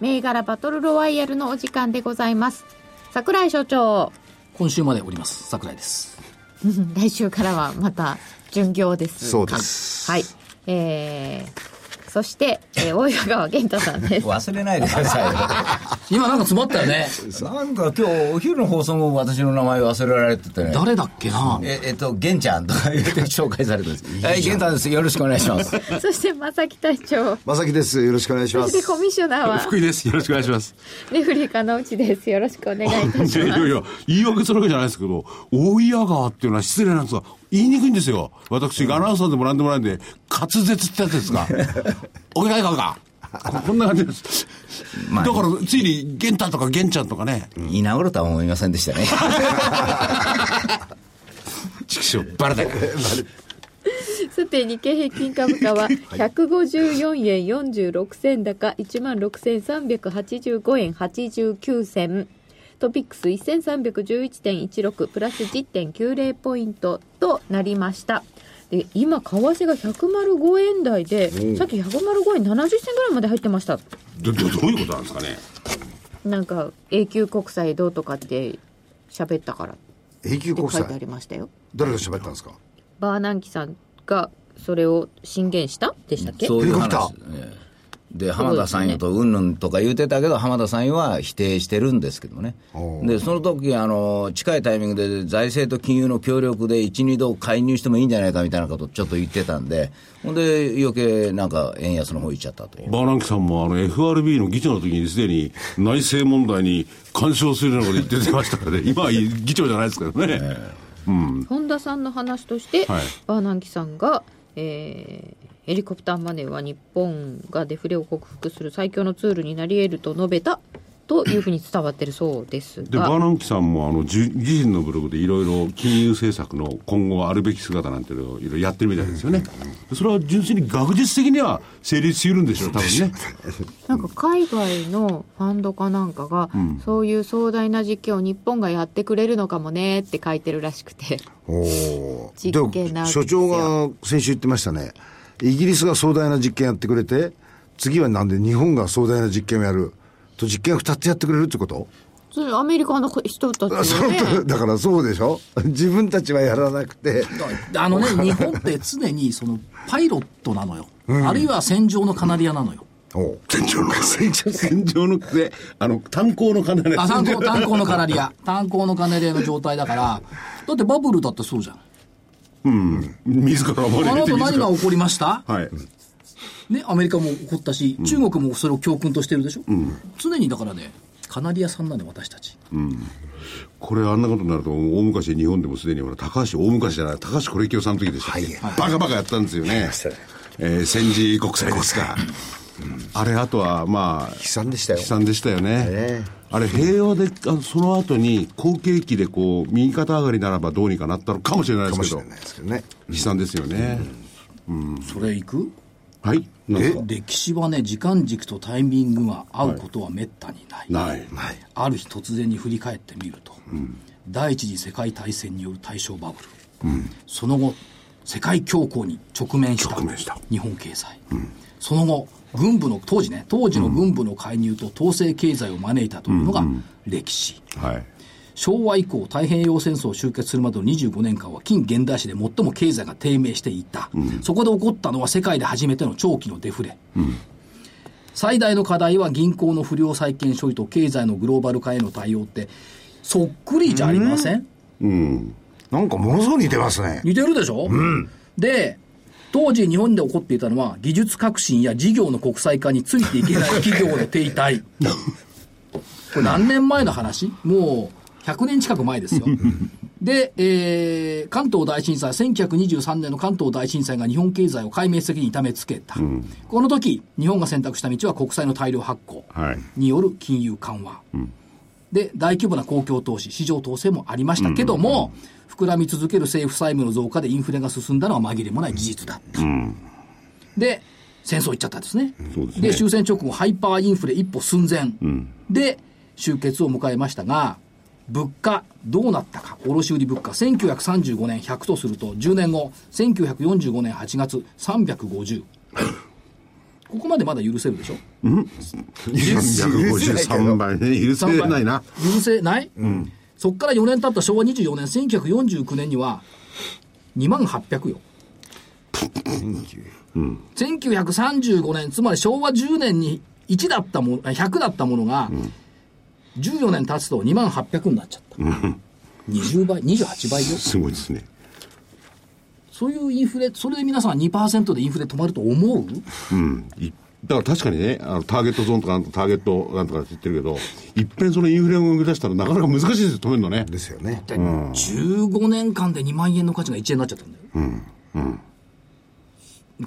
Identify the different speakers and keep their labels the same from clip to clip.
Speaker 1: 銘柄バトルロワイヤルのお時間でございます桜井所長
Speaker 2: 今週までおります桜井です
Speaker 1: 来週からはまた巡業ですか
Speaker 3: そうです
Speaker 1: はいえー、そして、えー、大岩川源太さん です
Speaker 4: 忘れないでくださいよ。
Speaker 2: 今なんか詰まったよね
Speaker 4: なんか今日お昼の放送も私の名前忘れられててね。
Speaker 2: 誰だっけな
Speaker 4: ええっと、玄ちゃんとか言って紹介されてます。はい、玄太です。よろしくお願いします。
Speaker 1: そして正木隊長
Speaker 3: まさきです。よろしくお願いしま
Speaker 1: そして
Speaker 3: す。
Speaker 1: コミッショナーは
Speaker 5: 福井です。よろしくお願いします。
Speaker 1: レフリーのうちですよろしくお願いいたし
Speaker 5: いやい
Speaker 1: ま
Speaker 5: やいや、言い訳するわけじゃないですけど、大井川っていうのは失礼なんですが、言いにくいんですよ。私、アナウンサーでもなんでもないんで、滑舌ってやつです か。お願い川か。ここんな感じです。
Speaker 4: まあ
Speaker 5: だから、ついに、玄太とか玄ちゃんとかね、
Speaker 4: 居直るとは思いませんでしたね。
Speaker 5: 畜生、バレたか。
Speaker 1: すさて日経平均株価は154円46銭高16,385円89銭トピックス1311.16プラス10.90ポイントとなりましたで今為替が105円台でさっき105円70銭ぐらいまで入ってました
Speaker 5: ど、ど、どういうことなんですかね。
Speaker 1: なんか永久国債どうとかって喋ったからっ
Speaker 3: 永
Speaker 1: て
Speaker 3: 久国
Speaker 1: 書いてあり
Speaker 3: 債。
Speaker 1: ましたよ
Speaker 3: 誰が喋ったんですか
Speaker 1: バーナンキさんがそれを進言したでしたっけ
Speaker 4: そういう
Speaker 3: ヘリコ
Speaker 4: 話
Speaker 3: プ。
Speaker 4: ええで浜田さんよとうんぬんとか言うてたけど、浜田さんよは否定してるんですけどね、
Speaker 3: おう
Speaker 4: でその時あの近いタイミングで財政と金融の協力で1、2度介入してもいいんじゃないかみたいなことをちょっと言ってたんで、ほんで、余計なんか円安の方行っちゃったという、
Speaker 5: バーランキさんも、あの、FRB の議長の時にすでに、内政問題に干渉するようなこと言ってましたからね。今は議長じゃないですけどね。
Speaker 1: 本田さんの話として、
Speaker 5: はい
Speaker 1: バーナンキさんが、えーヘリコプターマネーは日本がデフレを克服する最強のツールになり得ると述べたというふうに伝わってるそうです
Speaker 5: でバー
Speaker 1: が
Speaker 5: ナンキさんもあのじ自身のブログでいろいろ金融政策の今後あるべき姿なんていうのをいろいろやってるみたいですよね、それは純粋に学術的には成立しうるんでしょう多分ね
Speaker 1: なんか海外のファンドかなんかが、そういう壮大な実験を日本がやってくれるのかもねって書いてるらしくて
Speaker 3: おー
Speaker 1: 実験なわけですよ
Speaker 3: 所長が先週言ってましたね。イギリスが壮大な実験やってくれて、次はなんで日本が壮大な実験をやる。と実験を2つやってくれるってこと
Speaker 1: それアメリカの人たち
Speaker 3: あそ
Speaker 1: も
Speaker 3: う
Speaker 1: ね
Speaker 3: だからそうでしょ自分たちはやらなくて。
Speaker 2: あのね日本って常にそのパイロットなのよ、あるいは戦場のカナリアなのよ
Speaker 3: おう
Speaker 5: 天井の船長天井のであの炭鉱の金で
Speaker 2: あ炭鉱炭鉱のカナリア炭鉱のカナリアの状態だからだってバブルだってそうじゃん
Speaker 5: 自ら
Speaker 2: あ
Speaker 5: 漏れ
Speaker 2: の
Speaker 5: て
Speaker 2: 後
Speaker 5: 自
Speaker 2: 何が
Speaker 5: ら
Speaker 2: 起こりました
Speaker 5: はい
Speaker 2: ね、アメリカも怒ったし、中国もそれを教訓としてるでしょ、常にだからね、カナリアさんなんで、私たち、
Speaker 5: これあんなことになると大昔日本でもすでにほら高橋大昔じゃない高橋是清さんの時でしたっけ、バカバカやったんですよね、えー戦時国際ですか、あれあとはまあ
Speaker 3: 悲惨でしたよ
Speaker 5: 悲。惨でしたよね、
Speaker 3: え
Speaker 5: あれ平和であのその後に好景気でこう右肩上がりならばどうにかなったのかもしれないで
Speaker 3: か
Speaker 5: す
Speaker 3: もし
Speaker 5: けど
Speaker 3: れないですけどね。
Speaker 5: 悲惨ですよね、
Speaker 2: それいく
Speaker 5: はいなんですか
Speaker 2: 歴史はね、時間軸とタイミングが合うことはめったにない、
Speaker 5: ない
Speaker 2: ある日突然に振り返ってみると、第一次世界大戦による大正バブル、その後、世界恐慌に直面した
Speaker 5: 直面した
Speaker 2: 日本経済、その後、軍部の当時ね、当時の軍部の介入と統制経済を招いたというのが歴史。
Speaker 5: はい
Speaker 2: 昭和以降太平洋戦争を終結するまでの25年間は近現代史で最も経済が低迷していた、そこで起こったのは世界で初めての長期のデフレ、最大の課題は銀行の不良債権処理と経済のグローバル化への対応ってそっくりじゃありません、
Speaker 3: なんかものすごく似てますね。
Speaker 2: 似てるでしょ、で当時日本で起こっていたのは技術革新や事業の国際化についていけない企業の停滞これ何年前の話もう100年近く前ですよ。で、えー関東大震災、1923年の関東大震災が日本経済を壊滅的に痛めつけた。この時、日本が選択した道は国債の大量発行
Speaker 5: はい
Speaker 2: による金融緩和。で、大規模な公共投資、市場統制もありましたけども、膨らみ続ける政府債務の増加でインフレが進んだのは紛れもない事実だった。で、戦争行っちゃったんですね。
Speaker 5: そうですね
Speaker 2: で、終戦直後、ハイパーインフレ一歩寸前、で、終結を迎えましたが、物価、どうなったか、卸売物価、1935年100とすると、10年後、1945年8月、350。ここまでまだ許せるでしょ
Speaker 5: 353倍ね許せないな
Speaker 2: 許せない、そっから4年経った昭和24年、1949年には、2万800よ。1935年、つまり昭和10年に1だったもの、100だったものが、14年経つと2万800になっちゃった。20倍、28倍よ。
Speaker 5: すごいですね
Speaker 2: そういうインフレ、それで皆さん2%でインフレ止まると思う
Speaker 5: うんいだから確かにねあのターゲットゾーンとかなんとかターゲットなんとかって言ってるけど一遍そのインフレを生み出したらなかなか難しいですよ止めるのね
Speaker 3: ですよね。
Speaker 2: 15年間で2万円の価値が1円になっちゃったんだよ。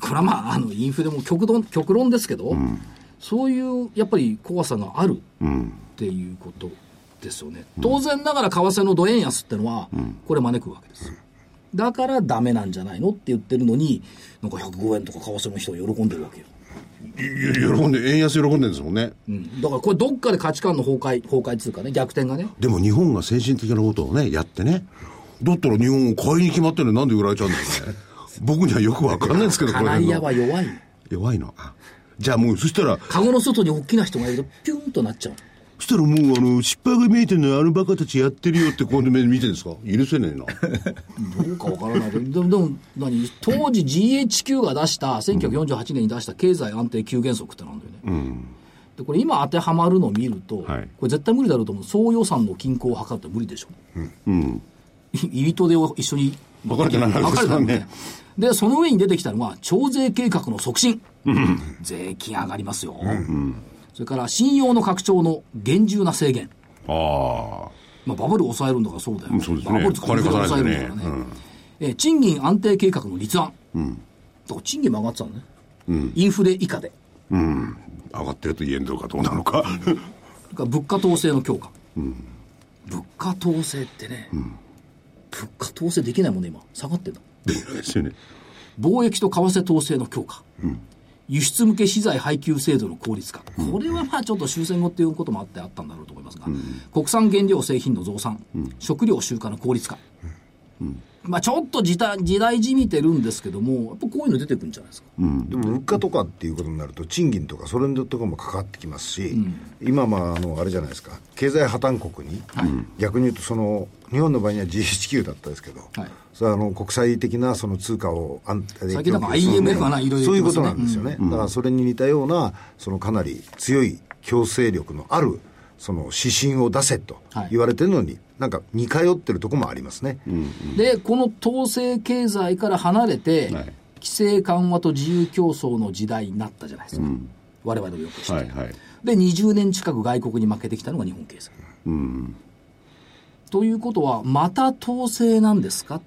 Speaker 2: これはまあ、あの、インフレも極論、極論ですけど、そういう、やっぱり怖さがあるっていうことですよね。当然ながら為替のド円安ってのは、これ招くわけです。だからダメなんじゃないのって言ってるのに、なんか105円とか為替の人が喜んでるわけよ。
Speaker 5: い喜んで円安喜んでるんですもんね
Speaker 2: うんだからこれどっかで価値観の崩壊、崩壊っていうかね、逆転がね。
Speaker 5: でも日本が先進的なことをねやってねだったら日本を買いに決まってるのになんで売られちゃうんだろうね僕にはよくわかんないんですけど
Speaker 2: カナ
Speaker 5: 辺
Speaker 2: リ
Speaker 5: の
Speaker 2: アは弱いの。
Speaker 5: 弱いのあじゃあもうそしたら
Speaker 2: カゴの外に大きな人がいると、ピューンとなっちゃう。
Speaker 5: そしたらもうあの失敗が見えてるのにあのバカたちやってるよってこういう目で見てるんですか許せねえな
Speaker 2: どうかわからないけど、でも、でも何当時 GHQ が出した、1948年に出した経済安定急原則ってなんだよね。で、これ今当てはまるのを見ると、
Speaker 5: はい
Speaker 2: これ絶対無理だろうと思う。総予算の均衡を図って無理でしょ。い入りと出を一緒に
Speaker 5: 分かれてないわけ
Speaker 2: 分
Speaker 5: で
Speaker 2: かれた
Speaker 5: すから
Speaker 2: ん
Speaker 5: ね
Speaker 2: ね。で、その上に出てきたのは、徴税計画の促進。税金上がりますよ。それから、信用の拡張の厳重な制限。
Speaker 5: ああ
Speaker 2: まあ、バブルを抑えるんだからそうだよ、
Speaker 5: うんそうですね
Speaker 2: バブル使
Speaker 5: 金貸さないとね
Speaker 2: 抑えるんだからねえー賃金安定計画の立案、だから賃金も上がってたのね、インフレ以下で、
Speaker 5: 上がってると言えんのかどうなのか
Speaker 2: それから物価統制の強化、物価統制ってね、物価統制できないもんね、今、下がってんだ、
Speaker 5: ですよね
Speaker 2: 貿易と為替統制の強化、輸出向け資材配給制度の効率化、これはまあちょっと終戦後っていうこともあってあったんだろうと思いますが、国産原料製品の増産、食料集荷の効率化、まあ、ちょっと時代時代じみてるんですけども、やっぱこういうの出てくるんじゃないですか、
Speaker 3: でも物価とかっていうことになると賃金とかそれとかもかかってきますし、今まああのあれじゃないですか経済破綻国に、逆に言うとその日本の場合には GHQ だったですけど、
Speaker 2: はい
Speaker 3: それはあの国際的なその通貨を安定で
Speaker 2: 最近なんか IMF はないろいろ
Speaker 3: そうい
Speaker 2: 言
Speaker 3: う
Speaker 2: って
Speaker 3: こ
Speaker 2: ますね
Speaker 3: となんですよね、だからそれに似たようなそのかなり強い強制力のあるその指針を出せと言われてるのに、なんか似通ってるとこもありますね、
Speaker 2: でこの統制経済から離れて、規制緩和と自由競争の時代になったじゃないですか、我々をよく知って、
Speaker 5: はいはい
Speaker 2: で20年近く外国に負けてきたのが日本経済。ということはまた統制なんですか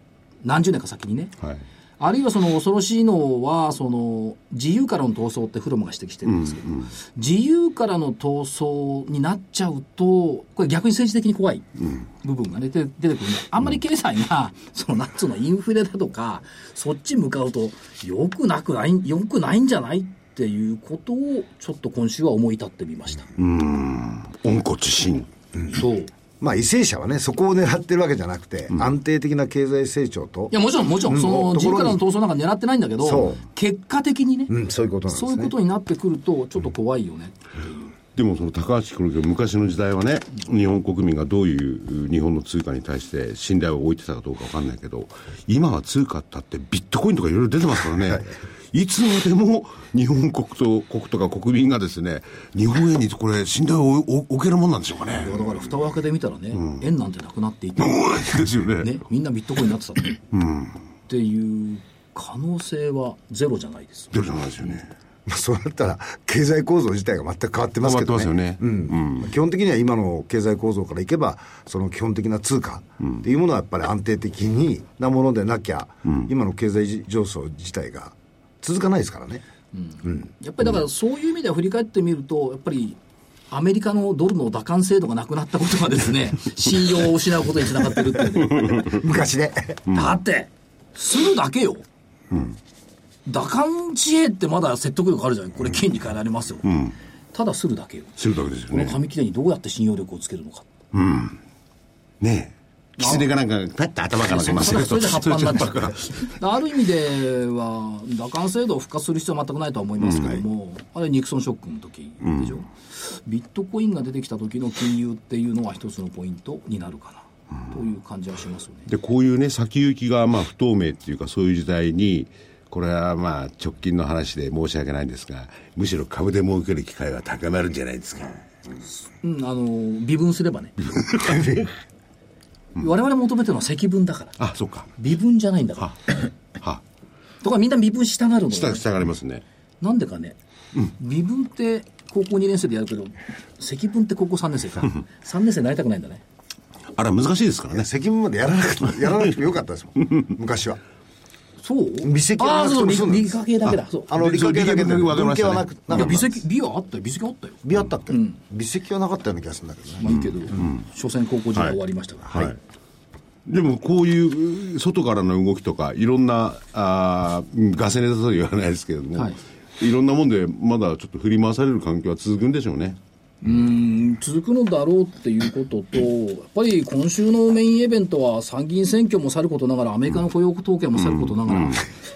Speaker 2: 何十年か先にね。
Speaker 5: はい
Speaker 2: あるいはその恐ろしいのはその自由からの闘争ってフロムが指摘してるんですけど、自由からの闘争になっちゃうとこれ逆に政治的に怖い部分が、ね出て出てくるんであんまり経済が、そのなんつうのインフレだとかそっち向かうとよくなくないよくないんじゃないっていうことをちょっと今週は思い立ってみました、
Speaker 5: 温故知新
Speaker 2: そうい
Speaker 3: まあ、為政者はね、そこを狙ってるわけじゃなくて、安定的な経済成長と、
Speaker 2: やもちろんもちろんその
Speaker 3: うん
Speaker 2: 自由からの闘争なんか狙ってないんだけ
Speaker 3: そ
Speaker 2: ど
Speaker 3: う
Speaker 2: 結果的にね、
Speaker 3: うん、そういうことなんです
Speaker 2: そ
Speaker 3: ね。
Speaker 2: ういうことになってくるとちょっと怖いよね、
Speaker 5: でもその高橋黒木は昔の時代はね日本国民がどういう日本の通貨に対して信頼を置いてたかどうかわかんないけど今は通貨だってビットコインとかいろいろ出てますからね、い、つまでも日本国と国とか国民がですね日本円にこれ信頼を置置けるもんなんでしょうかね
Speaker 2: だから蓋を開けてみたらね、円なんてなくなっていて、
Speaker 5: ですよね
Speaker 2: ね、みんなビットコインになってたの、っていう可能性はゼロじゃないです
Speaker 5: 出るじゃないですよね
Speaker 3: まあ、そうなったら、経済構造自体が全く変わってますけどね。
Speaker 5: 変わってますよね
Speaker 3: うん基本的には今の経済構造からいけば、その基本的な通貨っていうものはやっぱり安定的になものでなきゃ、今の経済上昇自体が続かないですからね。
Speaker 2: やっぱりだからそういう意味では振り返ってみると、やっぱりアメリカのドルの打艦制度がなくなったことがです ね、信用を失うことにつながってるっていうね、
Speaker 3: 昔ね。
Speaker 2: だって、するだけよ。打艦自衛ってまだ説得力あるじゃん。これ金に変えられますよ。ただするだけよ。
Speaker 5: するわけですよ
Speaker 2: この
Speaker 5: ね。
Speaker 2: 紙切れにどうやって信用力をつけるのか。
Speaker 5: ねえ。キツネかなんか、パッと頭から出ます
Speaker 2: それそれで葉っぱになっちゃう
Speaker 5: それで葉っぱから
Speaker 2: ある意味では、打艦制度を復活する必要は全くないとは思いますけども、あれ、ニクソンショックの時でしょ、ビットコインが出てきた時の金融っていうのは、一つのポイントになるかな、という感じはしますよね。
Speaker 5: でこういうね先行きがまあ不透明っていうかそういう時代にこれはまあ直近の話で申し訳ないんですがむしろ株で儲ける機会は高まるんじゃないですか
Speaker 2: うん、あの微分すればね、我々求めてるのは積分だから、
Speaker 5: あそうか
Speaker 2: 微分じゃないんだから。
Speaker 5: は
Speaker 2: とかみんな微分したがるのよ
Speaker 5: 下下がりますね
Speaker 2: なんでかね、微分って高校2年生でやるけど、積分って高校3年生か、3年生になりたくないんだね。
Speaker 5: あら難しいですからね
Speaker 3: 責務までやらなくて、やらなくてもよかったですもん。昔は。
Speaker 2: そう
Speaker 3: 微積は
Speaker 2: ああ、そう、理
Speaker 3: そうなんで
Speaker 2: 理
Speaker 3: す
Speaker 2: 科系だけだ。そう。
Speaker 3: あの、理科系だけで、
Speaker 5: 理系も分かり
Speaker 3: 文
Speaker 5: まし
Speaker 3: 系
Speaker 5: たね
Speaker 3: はなく、
Speaker 2: い
Speaker 3: な
Speaker 2: や、
Speaker 3: か
Speaker 2: 微
Speaker 3: った。
Speaker 2: 積、美はあったよ。微積あったよ。
Speaker 3: 美あったっけ微積はなかったような気がするんだけどね。
Speaker 2: まあいいけど、所詮高校時代終わりましたから。
Speaker 5: はい、でもこういう外からの動きとかいろんなあーガセネタとは言わないですけれども、
Speaker 2: はい
Speaker 5: いろんなもんでまだちょっと振り回される環境は続くんでしょうね
Speaker 2: うん続くのだろうっていうことと、やっぱり今週のメインイベントは参議院選挙もさることながら、アメリカの雇用統計もさることながら、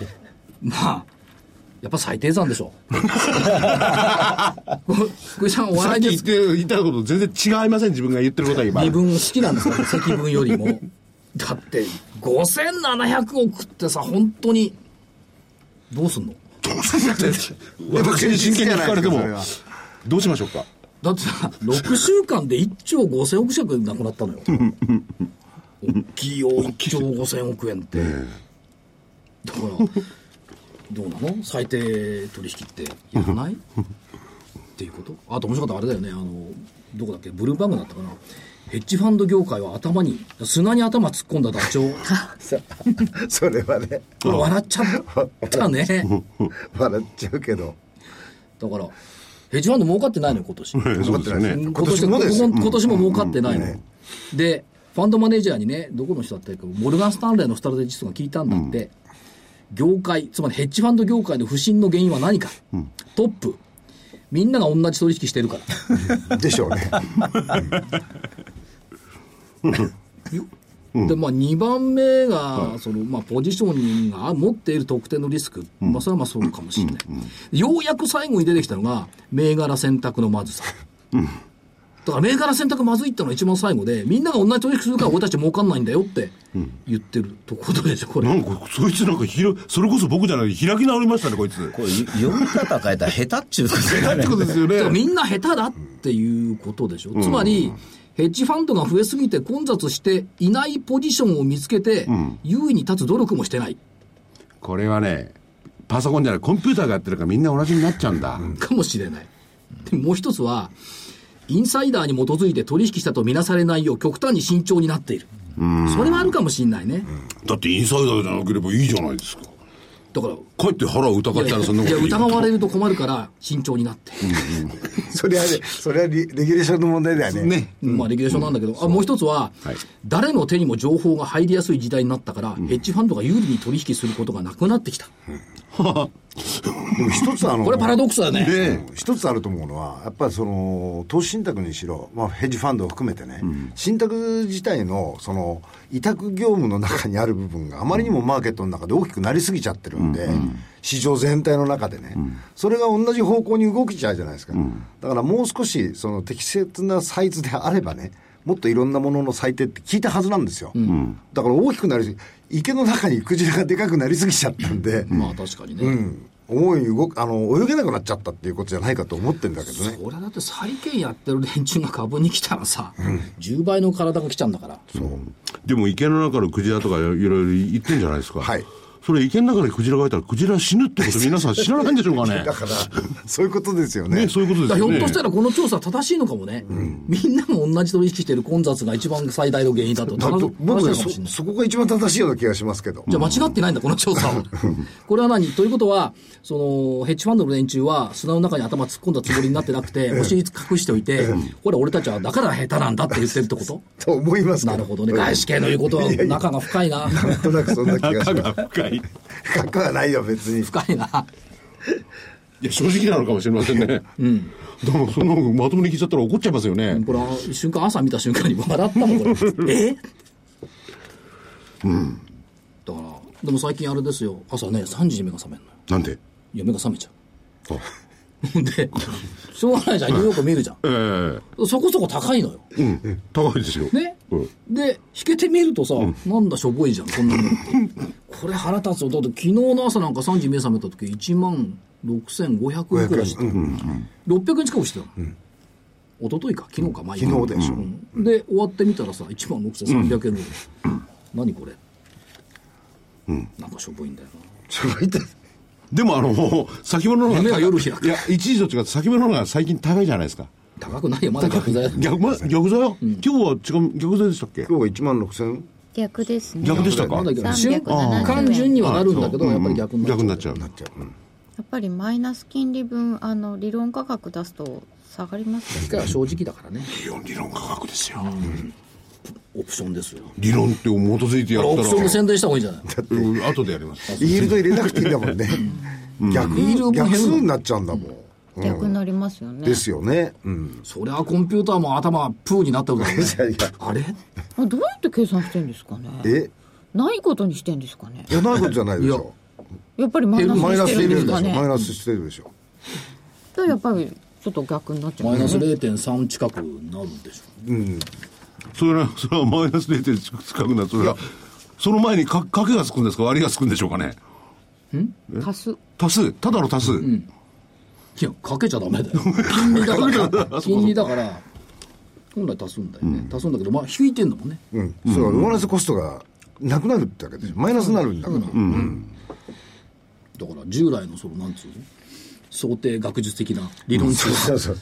Speaker 2: まあ、やっぱ最低算でしょ。 福井さん、お
Speaker 5: さっ
Speaker 2: 笑い
Speaker 5: き
Speaker 2: で
Speaker 5: 言っ
Speaker 2: す。
Speaker 5: て言ったこと全然違いません自分が言ってることは今
Speaker 2: 微分好きなん ですよ、積分よりも。だって、5700億ってさ、本当に、どうすんの
Speaker 5: 私に真剣に聞かれても
Speaker 3: それは
Speaker 5: どうしましょうか
Speaker 2: だってさ、6週間で1兆5000億弱なくな ったのよ。大きいよ、1兆5000億円って。だから、どうなの最低取引ってやらないっていうことあと面白かったあれだよね、あの、どこだっけ、ブルームバーグだったかな。ヘッジファンド業界は頭に、砂に頭突っ込んだダチョウ。
Speaker 3: それは ね、
Speaker 2: これ笑っちゃったね。
Speaker 3: 笑っちゃうけど。
Speaker 2: だから、ヘッジファンド儲かってないのよ、今年。
Speaker 5: そうですよね
Speaker 2: 今
Speaker 3: 今年もですよ
Speaker 2: 今年も儲かってないの、でファンドマネージャーにねどこの人だったかモルガン・スタンレーのストラテジストが聞いたんだって、業界つまりヘッジファンド業界の不振の原因は何か、トップみんなが同じ取引してるから
Speaker 3: でしょうね。
Speaker 2: でまあ、2番目が、そのまあ、ポジショニングが持っている特定のリスク、まあ、それはまあそうかもしれない、ようやく最後に出てきたのが、銘柄選択のまずさ。だから銘柄選択まずいってのが一番最後で、みんなが同じ取引するから俺たち儲かんないんだよって言ってるとことでしょ、これ。
Speaker 5: なんか、そいつなんかひろ、それこそ僕じゃない、開き直りましたね、こいつ。
Speaker 4: これ、読み方変えたら下手っちゅうことですよ
Speaker 5: っ
Speaker 4: ね
Speaker 5: てことですよね
Speaker 2: だから。みんな下手だっていうことでしょ、つまり、ヘッジファンドが増えすぎて混雑していないポジションを見つけて、優位に立つ努力もしてない
Speaker 5: これはね、パソコンじゃない、コンピューターがやってるからみんな同じになっちゃうんだ。
Speaker 2: かもしれない。でもう一つは、インサイダーに基づいて取引したと見なされないよう極端に慎重になっている。それはあるかもしれないね。
Speaker 5: だってインサイダーじゃなければいいじゃないですか。
Speaker 2: だから、
Speaker 5: 帰って腹を疑ったらそんなこと
Speaker 2: いや
Speaker 5: 言う
Speaker 2: 疑われると困るから慎重になって。
Speaker 3: それはね、それはリレギュレーションの問題だよね。
Speaker 5: ね。
Speaker 2: まあ、レギュレーションなんだけど、あもう一つは、誰の手にも情報が入りやすい時代になったから、ヘッジファンドが有利に取引することがなくなってきた。
Speaker 3: でも一つあの、
Speaker 2: これパラドックスだね。
Speaker 5: で、
Speaker 3: 一つあると思うのは、やっぱりその投資信託にしろ、まあ、ヘッジファンドを含めてね、信託自体のその委託業務の中にある部分があまりにもマーケットの中で大きくなりすぎちゃってるんで、市場全体の中でね、それが同じ方向に動きちゃうじゃないですか、だからもう少しその適切なサイズであればね、もっといろんなものの最低って聞いたはずなんですよ、だから大きくなりすぎ、池の中にクジラがでかくなりすぎちゃったんで。
Speaker 2: まあ確かにね。
Speaker 3: うん思いに動くあの泳げなくなっちゃったっていうことじゃないかと思ってんだけどね
Speaker 2: 俺だって債券やってる連中が株に来たらさ、10倍の体が来ちゃうんだから。
Speaker 5: でも池の中のクジラとかいろいろ言ってんじゃないですか。
Speaker 3: はい。
Speaker 5: それ池の中でクジラがいたらクジラ死ぬってこと皆さん知らないんでしょうか ね
Speaker 3: だから、そういうことですよね。
Speaker 5: ねそういうこと
Speaker 2: だ
Speaker 5: で
Speaker 2: から
Speaker 5: すよ
Speaker 2: ひょ
Speaker 5: ね
Speaker 2: っとしたらこの調査は正しいのかもね、みんなも同じと意識している混雑が一番最大の原因だと
Speaker 3: だ
Speaker 2: 正し
Speaker 3: と僕
Speaker 2: いの
Speaker 3: は
Speaker 2: かも
Speaker 3: そ
Speaker 2: しれない
Speaker 3: そこが一番正しいような気がしますけど。
Speaker 2: じゃあ間違ってないんだ、この調査は。これは何ということは、その、ヘッジファンドの連中は砂の中に頭突っ込んだつもりになってなくて、お尻隠しておいて、これ俺たちはだから下手なんだって言ってるってこと
Speaker 3: と思いますけど。
Speaker 2: なるほどね。外資系の言うことは仲が深いな。
Speaker 3: なんとなくそんな気が し
Speaker 5: 中
Speaker 3: ま
Speaker 5: が深いい
Speaker 3: す。かっこはないよ、別に。
Speaker 2: 深いな。
Speaker 5: や正直なのかもしれませんね、でもそんなのまともに聞いちゃったら怒っちゃいますよね、
Speaker 2: これは瞬間、朝見た瞬間に笑ったもん、こ れ。えうん。だから、でも最近あれですよ。朝ね、3時に目が覚めるのよ。
Speaker 5: なんで
Speaker 2: いや、目が覚めちゃ
Speaker 5: あ
Speaker 2: う。ほんで、しょうがないじゃん。ニューヨーク見るじゃん。
Speaker 5: ええ
Speaker 2: そこそこ高いのよ。
Speaker 5: うん高いですよ
Speaker 2: ね、
Speaker 5: うん
Speaker 2: で弾けてみるとさ、なんだしょぼいじゃんこんなのって これ腹立つよだって昨日の朝なんか3時目覚めた時1万6500円くらいしてた、600円近くしてたの、一昨日か昨日か前
Speaker 3: 昨日でしょ
Speaker 2: うんで終わってみたらさ1万6300円ぐらい、何これ、なんかしょぼいんだよ
Speaker 3: ちょっと待って
Speaker 5: でもあの先物の方
Speaker 2: 夢は夜開く
Speaker 5: いや一時と違って先物の方が最近高いじゃないですか
Speaker 2: な高くないよまだ逆剤だ
Speaker 5: 逆ま逆座よ、今日は違う逆座でしたっけ
Speaker 3: 今日は1万6千
Speaker 1: 逆ですね
Speaker 5: 逆でしたか
Speaker 2: まだ逆
Speaker 1: 370
Speaker 2: 瞬間順にはなるんだけど、やっぱり逆になっちゃう
Speaker 5: 逆になっちゃう
Speaker 3: なっちゃう。うん
Speaker 1: やっぱりマイナス金利分あの理論価格出すと下がりますよ
Speaker 2: 一回は正直だからね
Speaker 5: 理論理論価格ですよ、
Speaker 2: オプションですよ
Speaker 5: 理論って基づいてやったら
Speaker 2: オプションで宣伝した方がいいんじゃない
Speaker 5: うん後でやります
Speaker 3: イールド入れなくていいんだもんね。逆、
Speaker 2: イールドも減るの
Speaker 3: 逆数になっちゃうんだもん。
Speaker 1: 逆になりますよね
Speaker 3: ですよね。うん。
Speaker 2: そりゃコンピューターも頭プーになったことだね
Speaker 3: いやいや
Speaker 2: あれい
Speaker 1: あどうやって計算してんですかね
Speaker 3: え
Speaker 1: ないことにしてんですかね
Speaker 3: いや、ないことじゃないでしょ。
Speaker 1: やっぱりマイナス
Speaker 3: マイナ
Speaker 1: にして
Speaker 3: ス入れ
Speaker 1: る
Speaker 3: る
Speaker 1: んで
Speaker 3: です
Speaker 1: か
Speaker 3: しょ。マイ
Speaker 1: ね
Speaker 3: ナスしてるでしょ。
Speaker 1: とやっぱりちょっと逆になっちゃう
Speaker 2: マイ
Speaker 1: ね
Speaker 2: ナス0.3近くなるんでしょ
Speaker 5: それはそれはマイナス0.1近くなるそれはその前にか賭けがつくんですか割りがつくんでしょうかね
Speaker 1: 足す
Speaker 5: 足すただの足す、
Speaker 2: いやかけちゃダメだよ 金利だから金利だから本来足すんだよね、足すんだけどまあ引いてんのもんね
Speaker 3: うん。そうだ、上乗せコストがなくなるってわけでしょ。マイナスになるんだから。
Speaker 2: だから従来のそのなんつうの想定学術的な理論と
Speaker 3: そうそう。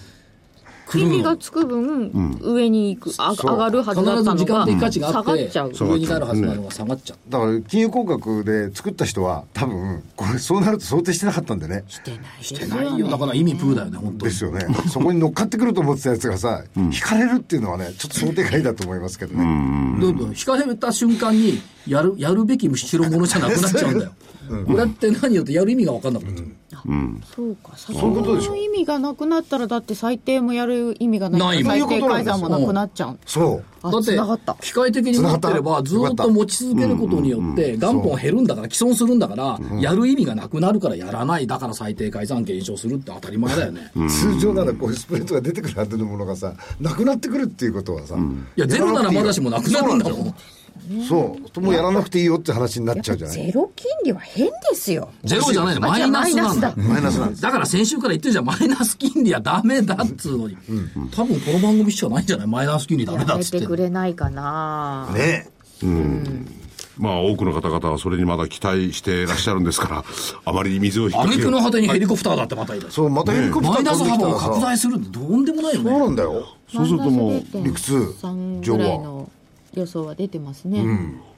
Speaker 1: 金利がつく分、上に行くあ上がるはずだ
Speaker 2: 必
Speaker 1: った
Speaker 2: ず
Speaker 1: の
Speaker 2: 時間
Speaker 1: が
Speaker 2: 的価値があ
Speaker 1: 下
Speaker 2: って
Speaker 1: がっちゃう
Speaker 2: 上になるはずなのが下がっちゃう
Speaker 3: だから金融工学で作った人は多分これそうなると想定してなかったんでね
Speaker 1: してないです
Speaker 2: して
Speaker 1: よ
Speaker 2: ないよだから意味プーだよね本当
Speaker 3: で
Speaker 2: に
Speaker 3: すよねそこに乗っかってくると思ってたやつがさ、引かれるっていうのはねちょっと想定外だと思いますけどね、
Speaker 2: どんどん引かれた瞬間にやるやるべきむしろものじゃなくなっちゃうんだよ、これって何よってやる意味が分かんなくなっちゃう、
Speaker 1: そうか先
Speaker 3: ういうことでしょ
Speaker 1: の意味がなくなったらだって最低もやる意味が
Speaker 2: な
Speaker 1: ないい
Speaker 2: もん
Speaker 1: 最低改ざんもなくなっちゃう
Speaker 3: そう
Speaker 1: あ
Speaker 2: だっ
Speaker 1: 繋がってた
Speaker 2: 機械的に持ってればず
Speaker 3: 繋が
Speaker 2: ーっ
Speaker 3: った
Speaker 2: と持ち続けることによって元本減るんだから既存するんだからやる意味がなくなるからやらないだから最低改ざん減少するって当たり前だよね
Speaker 3: 通常ならこういうスプレッドが出てくるはずのものがさなくなってくるっていうことはさ、
Speaker 2: いやゼロならまだしもなくなるんだもん
Speaker 3: そうもうやらなくていいよって話になっちゃうじゃない
Speaker 1: ゼロ金利は変ですよ
Speaker 2: ゼロじゃないの
Speaker 1: あ
Speaker 2: マ
Speaker 1: じゃあ
Speaker 2: イナスなんだ
Speaker 1: マイナ
Speaker 3: マイナスなんです
Speaker 2: だから先週から言ってるじゃんマイナス金利はダメだっつうのに多分この番組しかないんじゃないマイナス金利ダメだ
Speaker 1: や
Speaker 2: っ
Speaker 1: め
Speaker 2: つってて
Speaker 1: くれないかな
Speaker 3: ね
Speaker 5: まあ多くの方々はそれにまだ期待していらっしゃるんですから あまりに水を引き
Speaker 2: 挙句の果てにヘリコプターだってまた言い出し
Speaker 3: そうまたヘリコプタ
Speaker 2: マイ
Speaker 3: ー
Speaker 2: ナス
Speaker 3: 飛んできた
Speaker 2: 幅を
Speaker 3: ら
Speaker 2: 拡
Speaker 3: さ
Speaker 2: 大するってどうんでもないよ
Speaker 3: そうな
Speaker 2: ね
Speaker 3: んだよ
Speaker 5: そうするともう
Speaker 3: 理屈
Speaker 1: 3ぐらいの予想は出てますね、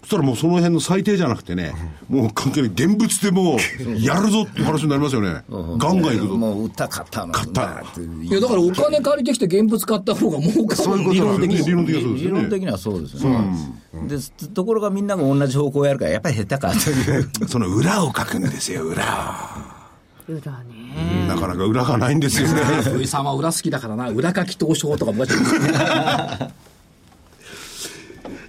Speaker 5: そしたらもうその辺の最低じゃなくてね、もう関係ない現物でもうやるぞっていう話になりますよね、ガンガンいくぞ、
Speaker 4: もう売った買ったの
Speaker 5: 買った
Speaker 4: まあっていう
Speaker 2: いやだからお金借りてきて現物買った方が儲かる理論的
Speaker 5: 理
Speaker 2: に
Speaker 5: 論的にはそうです
Speaker 4: 理
Speaker 5: よね
Speaker 4: 論的にはそうですよね、でところがみんなが同じ方向をやるからやっぱり減ったかという
Speaker 5: その裏を書くんですよ裏を
Speaker 1: 裏ね
Speaker 5: なかなか裏がないんです よね
Speaker 2: 土井さんは裏好きだからな裏書き投票とか昔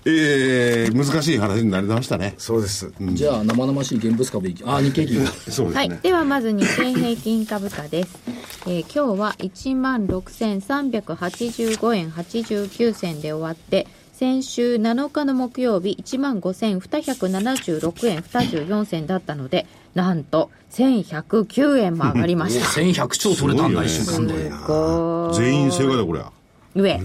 Speaker 5: えー、難しい話になりましたね
Speaker 3: そうです
Speaker 2: じゃあ生々しい現物株いきあ日経平均
Speaker 5: そうです
Speaker 1: はい
Speaker 5: ね、、
Speaker 1: ではまず日経平均株価です、えー今日は1万6385円89銭で終わって先週7日の木曜日1万5276円24銭だったのでなんと1109円も上がりました
Speaker 2: 1100兆取れたんだ1
Speaker 5: す
Speaker 2: 週
Speaker 5: ご
Speaker 2: 間で
Speaker 5: 全員正解だこれは
Speaker 1: 上、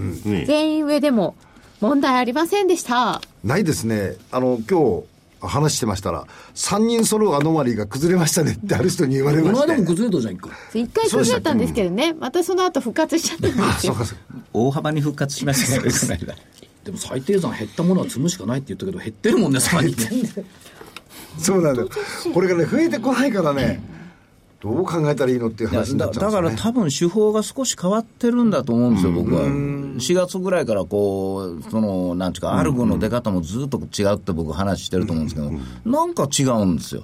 Speaker 1: 全員上でも問題ありませんでした
Speaker 3: ないですねあの今日話してましたら、3人揃うアノマリーが崩れましたねってある人に言われ
Speaker 2: こ
Speaker 3: ま
Speaker 2: の
Speaker 3: して
Speaker 2: 間も崩れたじゃん、一回。
Speaker 1: 一回崩れたんですけどね、またその後復活しちゃったん ですよ。
Speaker 4: 大幅に復活しましたね、この間
Speaker 2: でも最低算減ったものは積むしかないって言ったけど、減ってるもんね、さらにね。
Speaker 3: そうなんだよこれがね増えてこないからね、どう考えたらいいのっていう
Speaker 4: いや
Speaker 3: 話にな
Speaker 4: だ
Speaker 3: っちゃ
Speaker 4: だ
Speaker 3: うんです
Speaker 4: か
Speaker 3: よね
Speaker 4: ら多分手法が少し変わってるんだと思うんですよ、僕は。4月ぐらいからこう、その、なんていうか、アルゴの出方もずっと違うって僕話してると思うんですけど、なんか違うんですよ。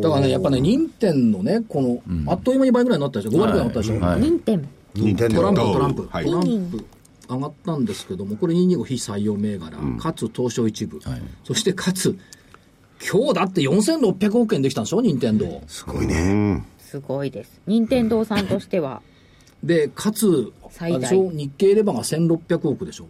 Speaker 2: だからね、やっぱね、任天のね、この、あっという間に倍ぐらいになったでしょ、5割ぐらいになったでしょ。
Speaker 4: はい
Speaker 1: 任天
Speaker 5: 任天
Speaker 2: トラ
Speaker 5: 堂
Speaker 2: ンプ、トランプ、
Speaker 5: はい
Speaker 2: トランプ上がったんですけども、これ225非採用銘柄、かつ東証一部、そしてかつ、今日だって4600億円できたんでしょ、任天堂
Speaker 1: すごいです。任天堂さんとしては、
Speaker 2: で、かつ、あ
Speaker 1: 最大
Speaker 2: れでしょ日経レバーが1600億でしょ、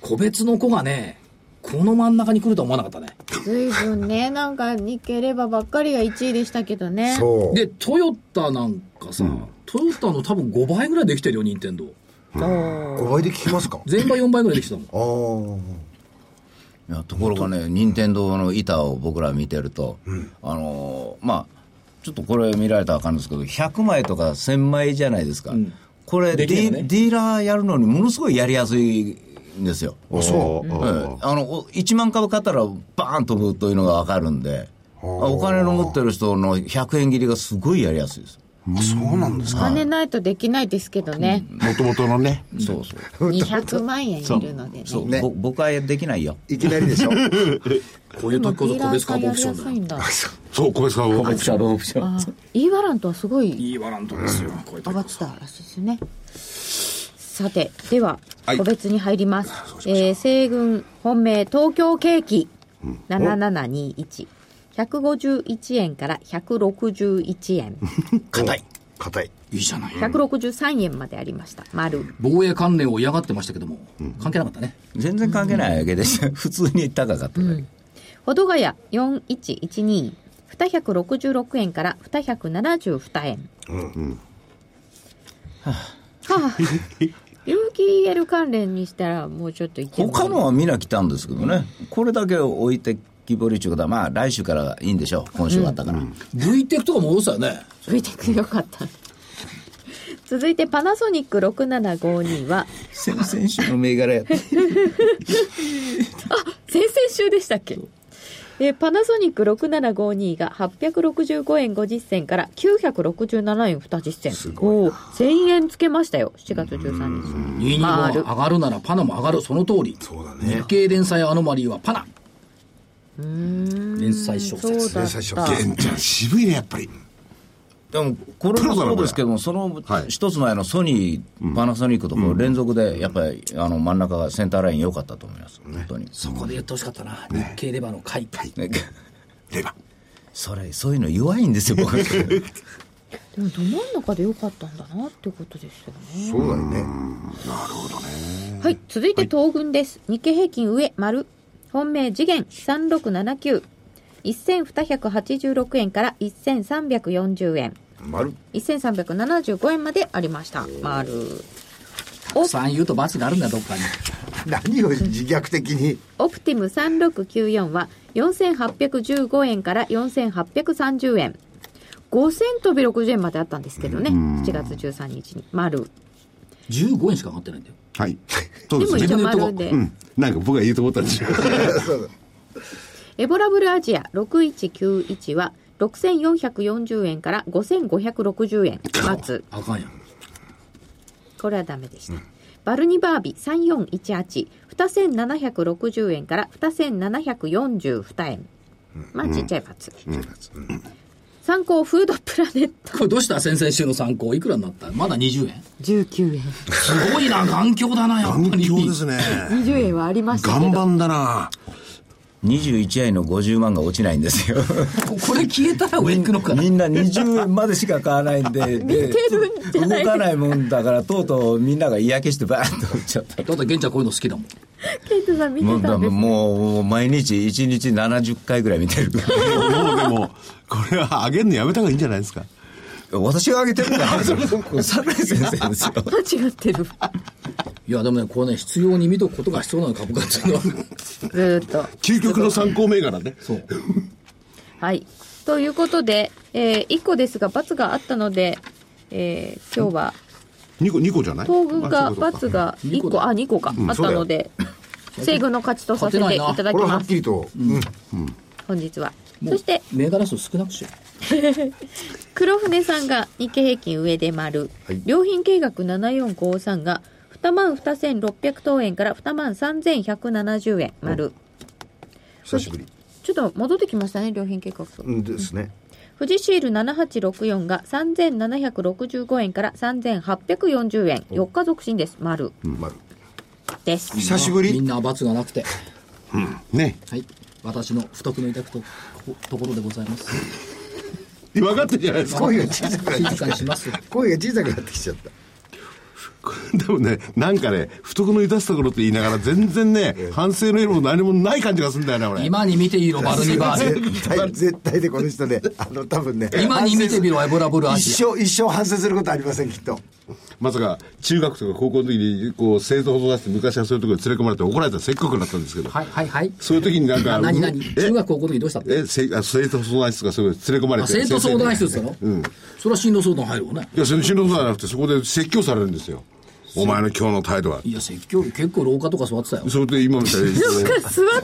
Speaker 2: 個別の子がね、この真ん中に来るとは思わなかったね。
Speaker 1: ずいぶんね、なんか日経レバばっかりが1位でしたけどね。
Speaker 3: そう
Speaker 2: で、トヨタなんかさ、トヨタの多分5倍ぐらいできてるよ、任天堂
Speaker 3: 5倍で聞きますか
Speaker 2: 全倍4倍ぐらいできてたもん。
Speaker 3: ああ
Speaker 4: いやところがね、任天堂の板を僕ら見てると、あのーまあ、ちょっとこれ見られたらあかんですけど、100枚とか1000枚じゃないですか、これ
Speaker 2: で
Speaker 4: デ
Speaker 2: きる
Speaker 4: ィ、
Speaker 2: よね
Speaker 4: ディーラーやるのにものすごいやりやすいんですよ。
Speaker 5: そう
Speaker 4: ええあのお1万株買ったらバーン飛ぶというのが分かるんで、お金の持ってる人の100円切りがすごいやりやすいです。
Speaker 3: そうなんです
Speaker 1: お金ないとできないですけどね。
Speaker 5: もともとのね
Speaker 4: そうそう。
Speaker 1: 200万円いるのでね。
Speaker 4: そう、
Speaker 3: ね
Speaker 4: ぼ僕はできないよ。
Speaker 3: いきなりでしょ
Speaker 2: こういう時こそ
Speaker 1: ディーラ
Speaker 2: 個
Speaker 1: ー
Speaker 2: 別
Speaker 1: さん
Speaker 2: 株オプ
Speaker 1: やり
Speaker 2: ション
Speaker 1: やす
Speaker 2: だ
Speaker 1: い
Speaker 2: よ。
Speaker 1: んだ。
Speaker 5: そう小林さんは
Speaker 4: ション、オプション。
Speaker 1: イーワラントはすごい
Speaker 2: いいワラントですよ、こういう時
Speaker 1: 上が
Speaker 2: こ
Speaker 1: っ
Speaker 2: そ
Speaker 1: てたらしいですね。さて、では、
Speaker 5: はい
Speaker 1: 個別に入ります。えー西軍本命東京景気7721。151円から161円、
Speaker 3: 硬い硬い
Speaker 2: いいじゃない。
Speaker 1: 163円までありました。丸。
Speaker 2: 防衛関連を嫌がってましたけども、関係なかったね。
Speaker 4: 全然関係ないわけでした。普通に高かっただけ。
Speaker 1: 保土ヶ谷4112。266円から272円。はあ。はあ。有機 EL 関連にしたらもうちょっといけない
Speaker 4: 他のは皆来たんですけどね、これだけ置いてきぼりということは、まあ来週からいいんでしょう、今週終わったから。
Speaker 2: VTEC とか戻したよね。
Speaker 1: 見てくよかった続いてパナソニック6752は
Speaker 4: 先 々週の銘柄やった。
Speaker 1: 先々週でしたっけえーパナソニック6752が865円50銭から967円20銭おー1000円つけましたよ7月13日
Speaker 2: 22は
Speaker 1: 丸
Speaker 2: 上がるならパナも上がる、その通り。そうだね。日経連載アノマリーはパナ。連載小
Speaker 1: そう
Speaker 2: 説。
Speaker 1: だっ
Speaker 3: 連載小
Speaker 1: た
Speaker 3: 説
Speaker 5: 玄ちゃん渋いねやっぱり
Speaker 4: でも、これもそうですけども、その
Speaker 5: はい
Speaker 4: 一つ前のソニー、パナソニックとこう連続で、やっぱりあの真ん中がセンターライン良かったと思います、本当に。
Speaker 2: そこでやってほしかったな。日経レバーの回。
Speaker 4: ね
Speaker 5: レバ
Speaker 4: それ、そういうの弱いんですよ、僕。
Speaker 1: でもど真ん中でよかったんだなってことですよね
Speaker 3: そうだよね
Speaker 1: はい続いて東軍です、日経平均上丸本命次元3679 1286円から1340円
Speaker 3: 丸
Speaker 1: 1375円までありました丸
Speaker 2: たくさん言うと罰があるんだよ、どっかに。
Speaker 3: 何を自虐的に
Speaker 1: オプティム3694は4815円から4830円5000飛び60円まであったんですけどね7月13日に丸
Speaker 2: 15円しか上がってないんだよ。
Speaker 5: はいそ
Speaker 1: で
Speaker 5: うです
Speaker 1: も
Speaker 5: ね
Speaker 1: 一
Speaker 2: 自分で言
Speaker 1: 応
Speaker 2: っとこう
Speaker 1: 丸で
Speaker 5: うんなんか僕が言うと思ったんですよ
Speaker 1: エボラブルアジア6191は6440円から5560円松
Speaker 2: あかんやん。
Speaker 1: これはダメでした、バルニバービ3418 2760円から2742円まあちっちゃい罰、参考フードプラネット
Speaker 2: これどうした先々週の参考いくらになったまだ20円
Speaker 1: 19円
Speaker 2: すごい な、眼鏡だな、やっぱり。
Speaker 5: 環境ですね
Speaker 1: 20円はありましたけ
Speaker 5: 岩
Speaker 1: ど
Speaker 5: 盤だな
Speaker 4: 21円の50万が落ちないんですよ。
Speaker 2: これ消えたら上行くのかな
Speaker 4: み。んな20円までしか買わないんで、で
Speaker 1: るんじゃない
Speaker 4: 動かないもんだから、とうとうみんなが嫌気してバーンと打っちゃった。
Speaker 2: だって、玄ちゃんこういうの好きだもん。
Speaker 1: ケイトさん見
Speaker 4: もう
Speaker 1: て
Speaker 4: だ
Speaker 1: たんです
Speaker 4: もう毎日1日70回ぐらい見てる
Speaker 5: もうでもこれは上げるのやめた方がいいんじゃないですか
Speaker 4: 私が挙げてるから、桜井先生ですよ。
Speaker 1: 間違ってる。
Speaker 2: いや、でもね、こうね、必要に見とくことが必要なの株価っていうの は。
Speaker 1: ずーっと。
Speaker 5: 究極の参考銘柄ね。
Speaker 2: そう。
Speaker 1: はい。ということで、えー、1個ですが、罰があったので、えー、今日は、
Speaker 5: 2個、2個じゃない
Speaker 1: 東宮
Speaker 5: あ
Speaker 1: が、
Speaker 5: そうかそ
Speaker 1: 罰
Speaker 5: うか
Speaker 1: が1個、あ、2個か、あったので、西軍の勝ちとさせていただき
Speaker 3: これはは
Speaker 1: ま
Speaker 3: っ
Speaker 1: す
Speaker 3: き。りと、うん
Speaker 1: 本日は。そして、
Speaker 2: 銘柄数少なくしよう。
Speaker 1: 黒船さんが日経平均上で丸、良品計画7453が2万2600等円から2万3170円丸、
Speaker 3: 久しぶり
Speaker 1: ちょっと戻ってきましたね良品計画と、
Speaker 3: うんですね
Speaker 1: 富士シール7864が3765円から3840円4日続伸です丸
Speaker 3: 丸
Speaker 1: です
Speaker 3: 久しぶ
Speaker 2: み
Speaker 3: り
Speaker 2: んな罰がなくて。
Speaker 5: ね。
Speaker 2: はい。私の不徳の痛くとこところでございます。
Speaker 5: 分かってるじゃないですか。
Speaker 3: 声が小さくなっ
Speaker 2: 静
Speaker 3: てき
Speaker 2: かにしますよ。
Speaker 3: た声が小さくなってきちゃった
Speaker 5: でもね、なんかね、不徳の致すところって言いながら、全然ね、反省の色も何もない感じがするんだよね、俺。
Speaker 2: 今に見ていろ、バルニバール。
Speaker 3: 絶対絶対でこの人ねあの多分ね
Speaker 2: 今に見てみろ、エボラブルアジ
Speaker 3: 一生一生反省することありませんきっと
Speaker 5: まさか、中学とか高校の時に、こう、製造保存出して、昔はそういうところに連れ込まれて怒られたらせっかくなったんですけど、
Speaker 2: ア。はい、はい、はい。
Speaker 5: そういう時になんか、
Speaker 2: 何、
Speaker 5: う
Speaker 2: 何
Speaker 5: え
Speaker 2: 中学高校の時どうしたの
Speaker 5: え、せあ生徒相談室とかそういうとこ連れ込まれ
Speaker 2: あ
Speaker 5: て。
Speaker 2: 生徒相談室
Speaker 5: 先
Speaker 2: です
Speaker 5: 生
Speaker 2: だ
Speaker 5: に
Speaker 2: ろうん。それは進路相談入るわね。
Speaker 5: いや、その進路相談じゃなくて、そこで説教されるんですよ。お前の今日の態度は。
Speaker 2: いや、説教、結構廊下とか座ってた よ。
Speaker 5: それで今みたいに。
Speaker 1: 座っ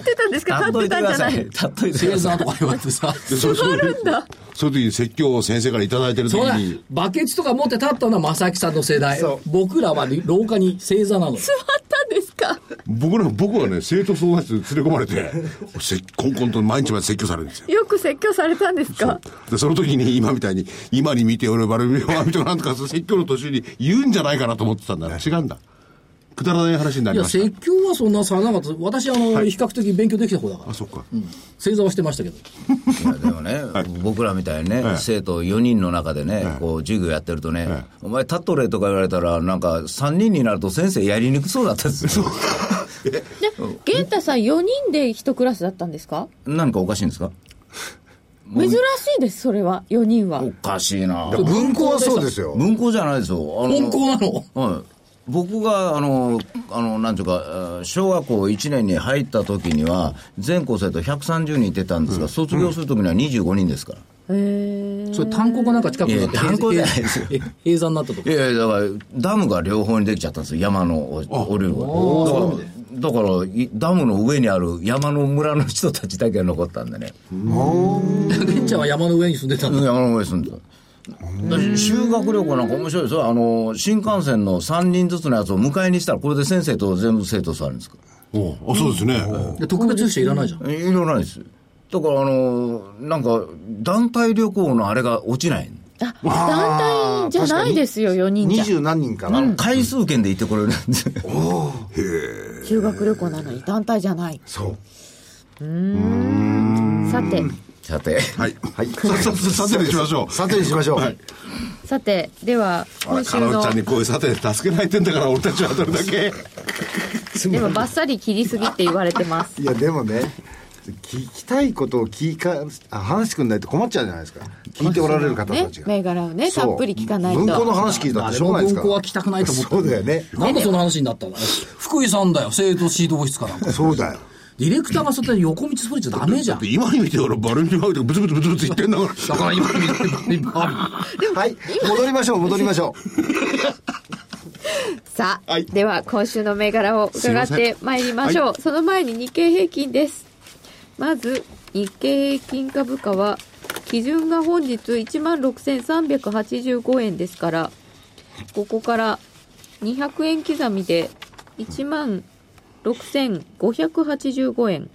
Speaker 1: てたんですか立ってたんじゃない
Speaker 4: 例えてく
Speaker 2: 正
Speaker 4: ださ
Speaker 2: 座
Speaker 4: い。
Speaker 2: とか言われてさ。
Speaker 5: でそそそういう時に説教を先生からいただいてる時
Speaker 2: そうだ
Speaker 5: に、
Speaker 2: バケツとか持って立ったのは正木さんの世代
Speaker 3: そ。
Speaker 2: 僕らは廊下に正座なのよ。
Speaker 1: 座ったんですか
Speaker 5: 僕ら、僕はね、生徒相談室に連れ込まれて、せコンコンと毎日まで説教されるんですよ。
Speaker 1: よく説教されたんですか
Speaker 5: で、その時に今みたいに、今に見て俺バルビオアミとなんとか説教の途中に言うんじゃないかなと思ってたんだ。違うんだ。くだらない話にないり
Speaker 2: や、
Speaker 5: ました。
Speaker 2: 説教はそんなさなかった。私、あの、比較的勉強できた方だから
Speaker 5: あ、。そっか。
Speaker 2: 正座はしてましたけど。
Speaker 4: いやでもね、僕らみたいにね、
Speaker 5: はい
Speaker 4: 生徒4人の中でね、こう授業やってるとね、お前立っとれとか言われたら、なんか3人になると先生やりにくそうだったんです よ。
Speaker 1: で源太さん4人で1クラスだったんですか
Speaker 4: 何かおかしいんですか
Speaker 1: 珍しいですそれは4人は
Speaker 4: おかしいな。
Speaker 3: 文庫はそうですよ
Speaker 4: 文校じゃないですよ。あの
Speaker 2: 本校なの
Speaker 4: はい、僕があの、あのなんていうか、えー小学校1年に入った時には、全校生徒130人いてたんですが、卒業する時には25人ですから。
Speaker 1: へえ
Speaker 2: それ炭鉱かなんか近くにあって
Speaker 4: いや炭鉱じゃないですよ
Speaker 2: え閉山になったとこ
Speaker 4: いやいや、だから、ダムが両方にできちゃったんですよ、山のお下りるだから、だからいダムの上にある山の村の人たちだけが残ったんでね、
Speaker 2: 玄ちゃんは山の上に住んでたんだ
Speaker 4: 山の上に住んでた。だし修学旅行なんか面白いですよ、あの新幹線の3人ずつのやつを迎えにしたら、これで先生と全部生徒座るんですか
Speaker 5: おうあ、そうですね。
Speaker 2: で特別室いらないじゃん
Speaker 4: いらないです。だから、あの、なんか、団体旅行のあれが落ちない。
Speaker 1: あ団体じゃないですよ4人じ
Speaker 3: 二
Speaker 1: ゃ
Speaker 3: 十何人かな
Speaker 4: 回数券で行ってこれるんですよ。
Speaker 1: 修学旅行なのに団体じゃない
Speaker 3: そう
Speaker 1: さて
Speaker 4: さて、
Speaker 5: はい。
Speaker 3: はい
Speaker 5: さ、さ、ささてにしましょう。
Speaker 3: さてにしましょう、
Speaker 1: さてでは
Speaker 5: あら、
Speaker 1: 今週
Speaker 5: カナ
Speaker 1: の
Speaker 5: ちゃんにこういうさて助けられてんだから、俺たちはどれだけ。
Speaker 1: でもバッサリ切りすぎって言われてます
Speaker 3: いやでもね聞きたいことを聞かあ話してくんないと困っちゃうじゃないですか聞いておられる方
Speaker 1: ね
Speaker 3: たちが、
Speaker 1: 銘柄をね
Speaker 3: そう
Speaker 1: たっぷり聞かない
Speaker 3: 文庫
Speaker 1: と
Speaker 3: の話聞いたって
Speaker 2: 誰
Speaker 3: しょう
Speaker 2: も
Speaker 3: がないです
Speaker 2: 文
Speaker 3: から
Speaker 2: 校は来たくないと思った
Speaker 3: そうだよね
Speaker 2: なんでその話になったんだ福井さんだよ生徒シートオフィスかなんか
Speaker 3: そうだよ
Speaker 2: ディレクターがそって横道それちゃダメじゃん
Speaker 5: で今に見て俺バルビオアミとかブツブツブツブツ言ってんだから。
Speaker 2: だから今見てあ
Speaker 3: はい戻りましょう戻りましょう
Speaker 1: さあ、
Speaker 5: はい
Speaker 1: では今週の銘柄を伺ってまいりましょう、その前に日経平均ですまず日経平均株価は基準が本日1万6385円ですからここから200円刻みで1万6585円、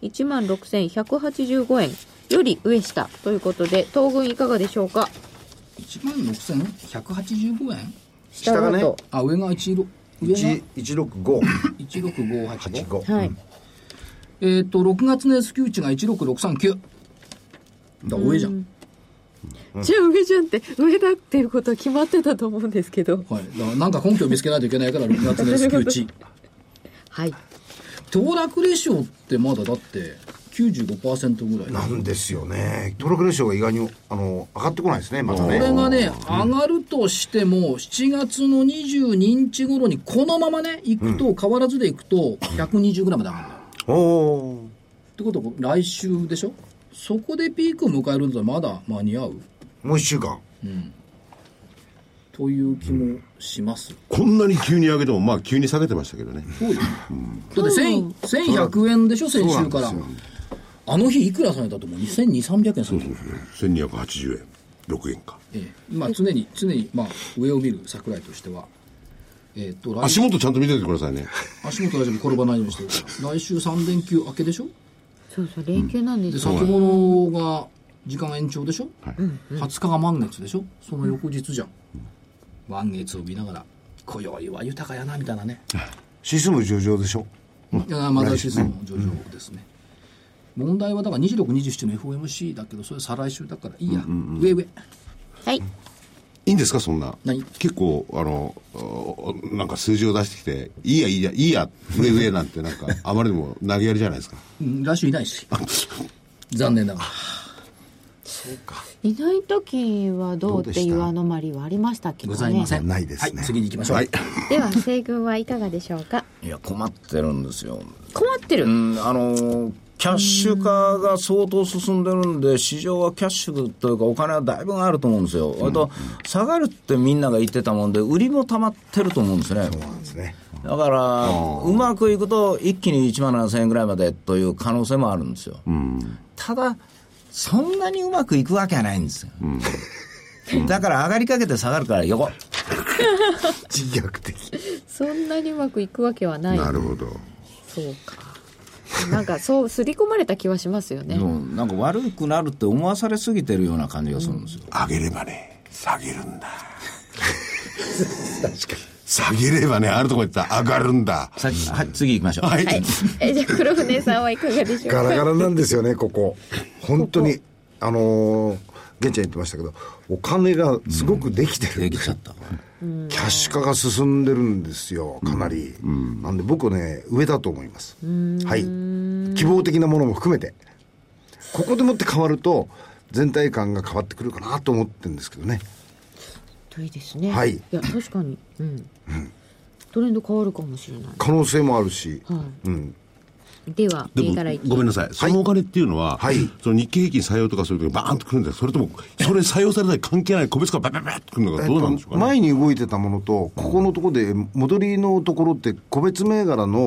Speaker 1: 1万6185円より上下ということで東軍いかがでしょうか
Speaker 2: 1万6185円
Speaker 3: 下がね
Speaker 1: と
Speaker 2: あ上が1色上が
Speaker 3: 1 165
Speaker 2: 16585
Speaker 3: 85
Speaker 1: はい、
Speaker 2: えっと6月の S q 値が16639だから上じゃん
Speaker 1: じゃあ上じゃんって上だっていうことは決まってたと思うんですけど
Speaker 2: はいだからなんか根拠を見つけないといけないから6月の S q 値
Speaker 1: はい
Speaker 2: 騰落レシオってまだだって95%ぐらい
Speaker 3: なんですよね。トラクレーションが意外に、あの、上がってこないですね、また
Speaker 2: こ
Speaker 3: ね。
Speaker 2: れがね、上がるとしても、7月の22日頃に、このままね、行くと、変わらずで行くと、120ぐらいまで上がるんだよ。
Speaker 3: おお
Speaker 2: ってことは、来週でしょそこでピークを迎えるんだったらまだ間に合う
Speaker 3: ー。もう一週間。
Speaker 2: という気もします。
Speaker 5: こんなに急に上げても、まあ急に下げてましたけどね。
Speaker 2: そうよだって1000 1100円でしょ、先週から。あの日、いくらされたと思う ?2200、300円するんですよ
Speaker 5: 1280円。6円か。
Speaker 2: ええまあ、常に、常に、まあ、上を見る桜井としては、えっと、来
Speaker 5: 足元ちゃんと見ててくださいね。
Speaker 2: 足元大丈夫、転ばないようにしてるから来週3連休明けでしょ
Speaker 1: そうそう連休なんで
Speaker 2: です
Speaker 1: よ、
Speaker 2: 先物が時間延長でしょ、20日が満月でしょその翌日じゃん、満月を見ながら今宵は豊かやなみたいなね、
Speaker 3: 指数も上場でしょ。
Speaker 2: いやまだ指数も上場ですね、問題はだから2627の FOMC だけどそれ再来週だからいいや、上上
Speaker 1: はい
Speaker 5: いいんですか、そんな。
Speaker 2: 何
Speaker 5: 結構、あの、おなんか数字を出してきて、いいや、いいや、いいや、上上なんて、なんか、あまりにも投げやりじゃないですか。
Speaker 2: うん来週いないし残念ながら
Speaker 1: いない時はどうっていうアノマリはありましたけど
Speaker 2: ご
Speaker 1: ね
Speaker 2: ざいません
Speaker 3: ないですね
Speaker 2: はい、次に行きましょう、
Speaker 5: はい。
Speaker 6: では西軍はいかがでしょうか
Speaker 4: いや、困ってるんですよ。
Speaker 1: 困ってる、
Speaker 4: うん、あのーキャッシュ化が相当進んでるんで、市場はキャッシュというか、お金はだいぶあると思うんですよ、あと、下がるってみんなが言ってたもんで、売りも溜まってると思うんですね、
Speaker 3: ですね。
Speaker 4: だから、うまくいくと、一気に1万7000円ぐらいまでという可能性もあるんですよ、ただ、そんなにうまくいくわけはないんですよ。 だから上がりかけて下がるから横
Speaker 3: 自虐的。
Speaker 1: そんなにうまくいくわけはない
Speaker 5: なるほど。
Speaker 1: そうかなんかそう刷り込まれた気はしますよね、
Speaker 4: うんなんか悪くなるって思わされすぎてるような感じがするんですよ、
Speaker 5: 上げればね、下げるんだ。下げればね、あるとこ行ったら上がるんだ。
Speaker 4: さっきはい、次行きましょう、
Speaker 5: はい。
Speaker 6: えじゃあ黒船さんはいかがでしょう
Speaker 3: ガ
Speaker 6: か
Speaker 3: ラガラなんですよね、ここ。本当に、あのー、玄ちゃん言ってましたけど、お金がすごくできてる。
Speaker 4: できちゃった
Speaker 3: キャッシュ化が進んでるんですよ、かなり。なんで僕ね、上だと思います。はい。希望的なものも含めて。ここでもって変わると、全体感が変わってくるかなと思ってるんですけどね。
Speaker 1: いいですね、
Speaker 3: はい
Speaker 1: や確かにうんトレンド変わるかもしれない、
Speaker 3: 可能性もあるし。
Speaker 1: は
Speaker 3: うん。
Speaker 1: い、では
Speaker 5: で
Speaker 1: 銘
Speaker 5: も
Speaker 1: 柄いき、
Speaker 5: ごめんなさい。そのお金っていうのは、
Speaker 3: はい
Speaker 5: その日経平均採用とかそういう時バーンとくるんですかそれとも、それ採用されたり関係ない個別からバババッとくるのがどうなんでしょうかね。
Speaker 3: 前に動いてたものと、ここのところで、戻りのところって、個別銘柄の、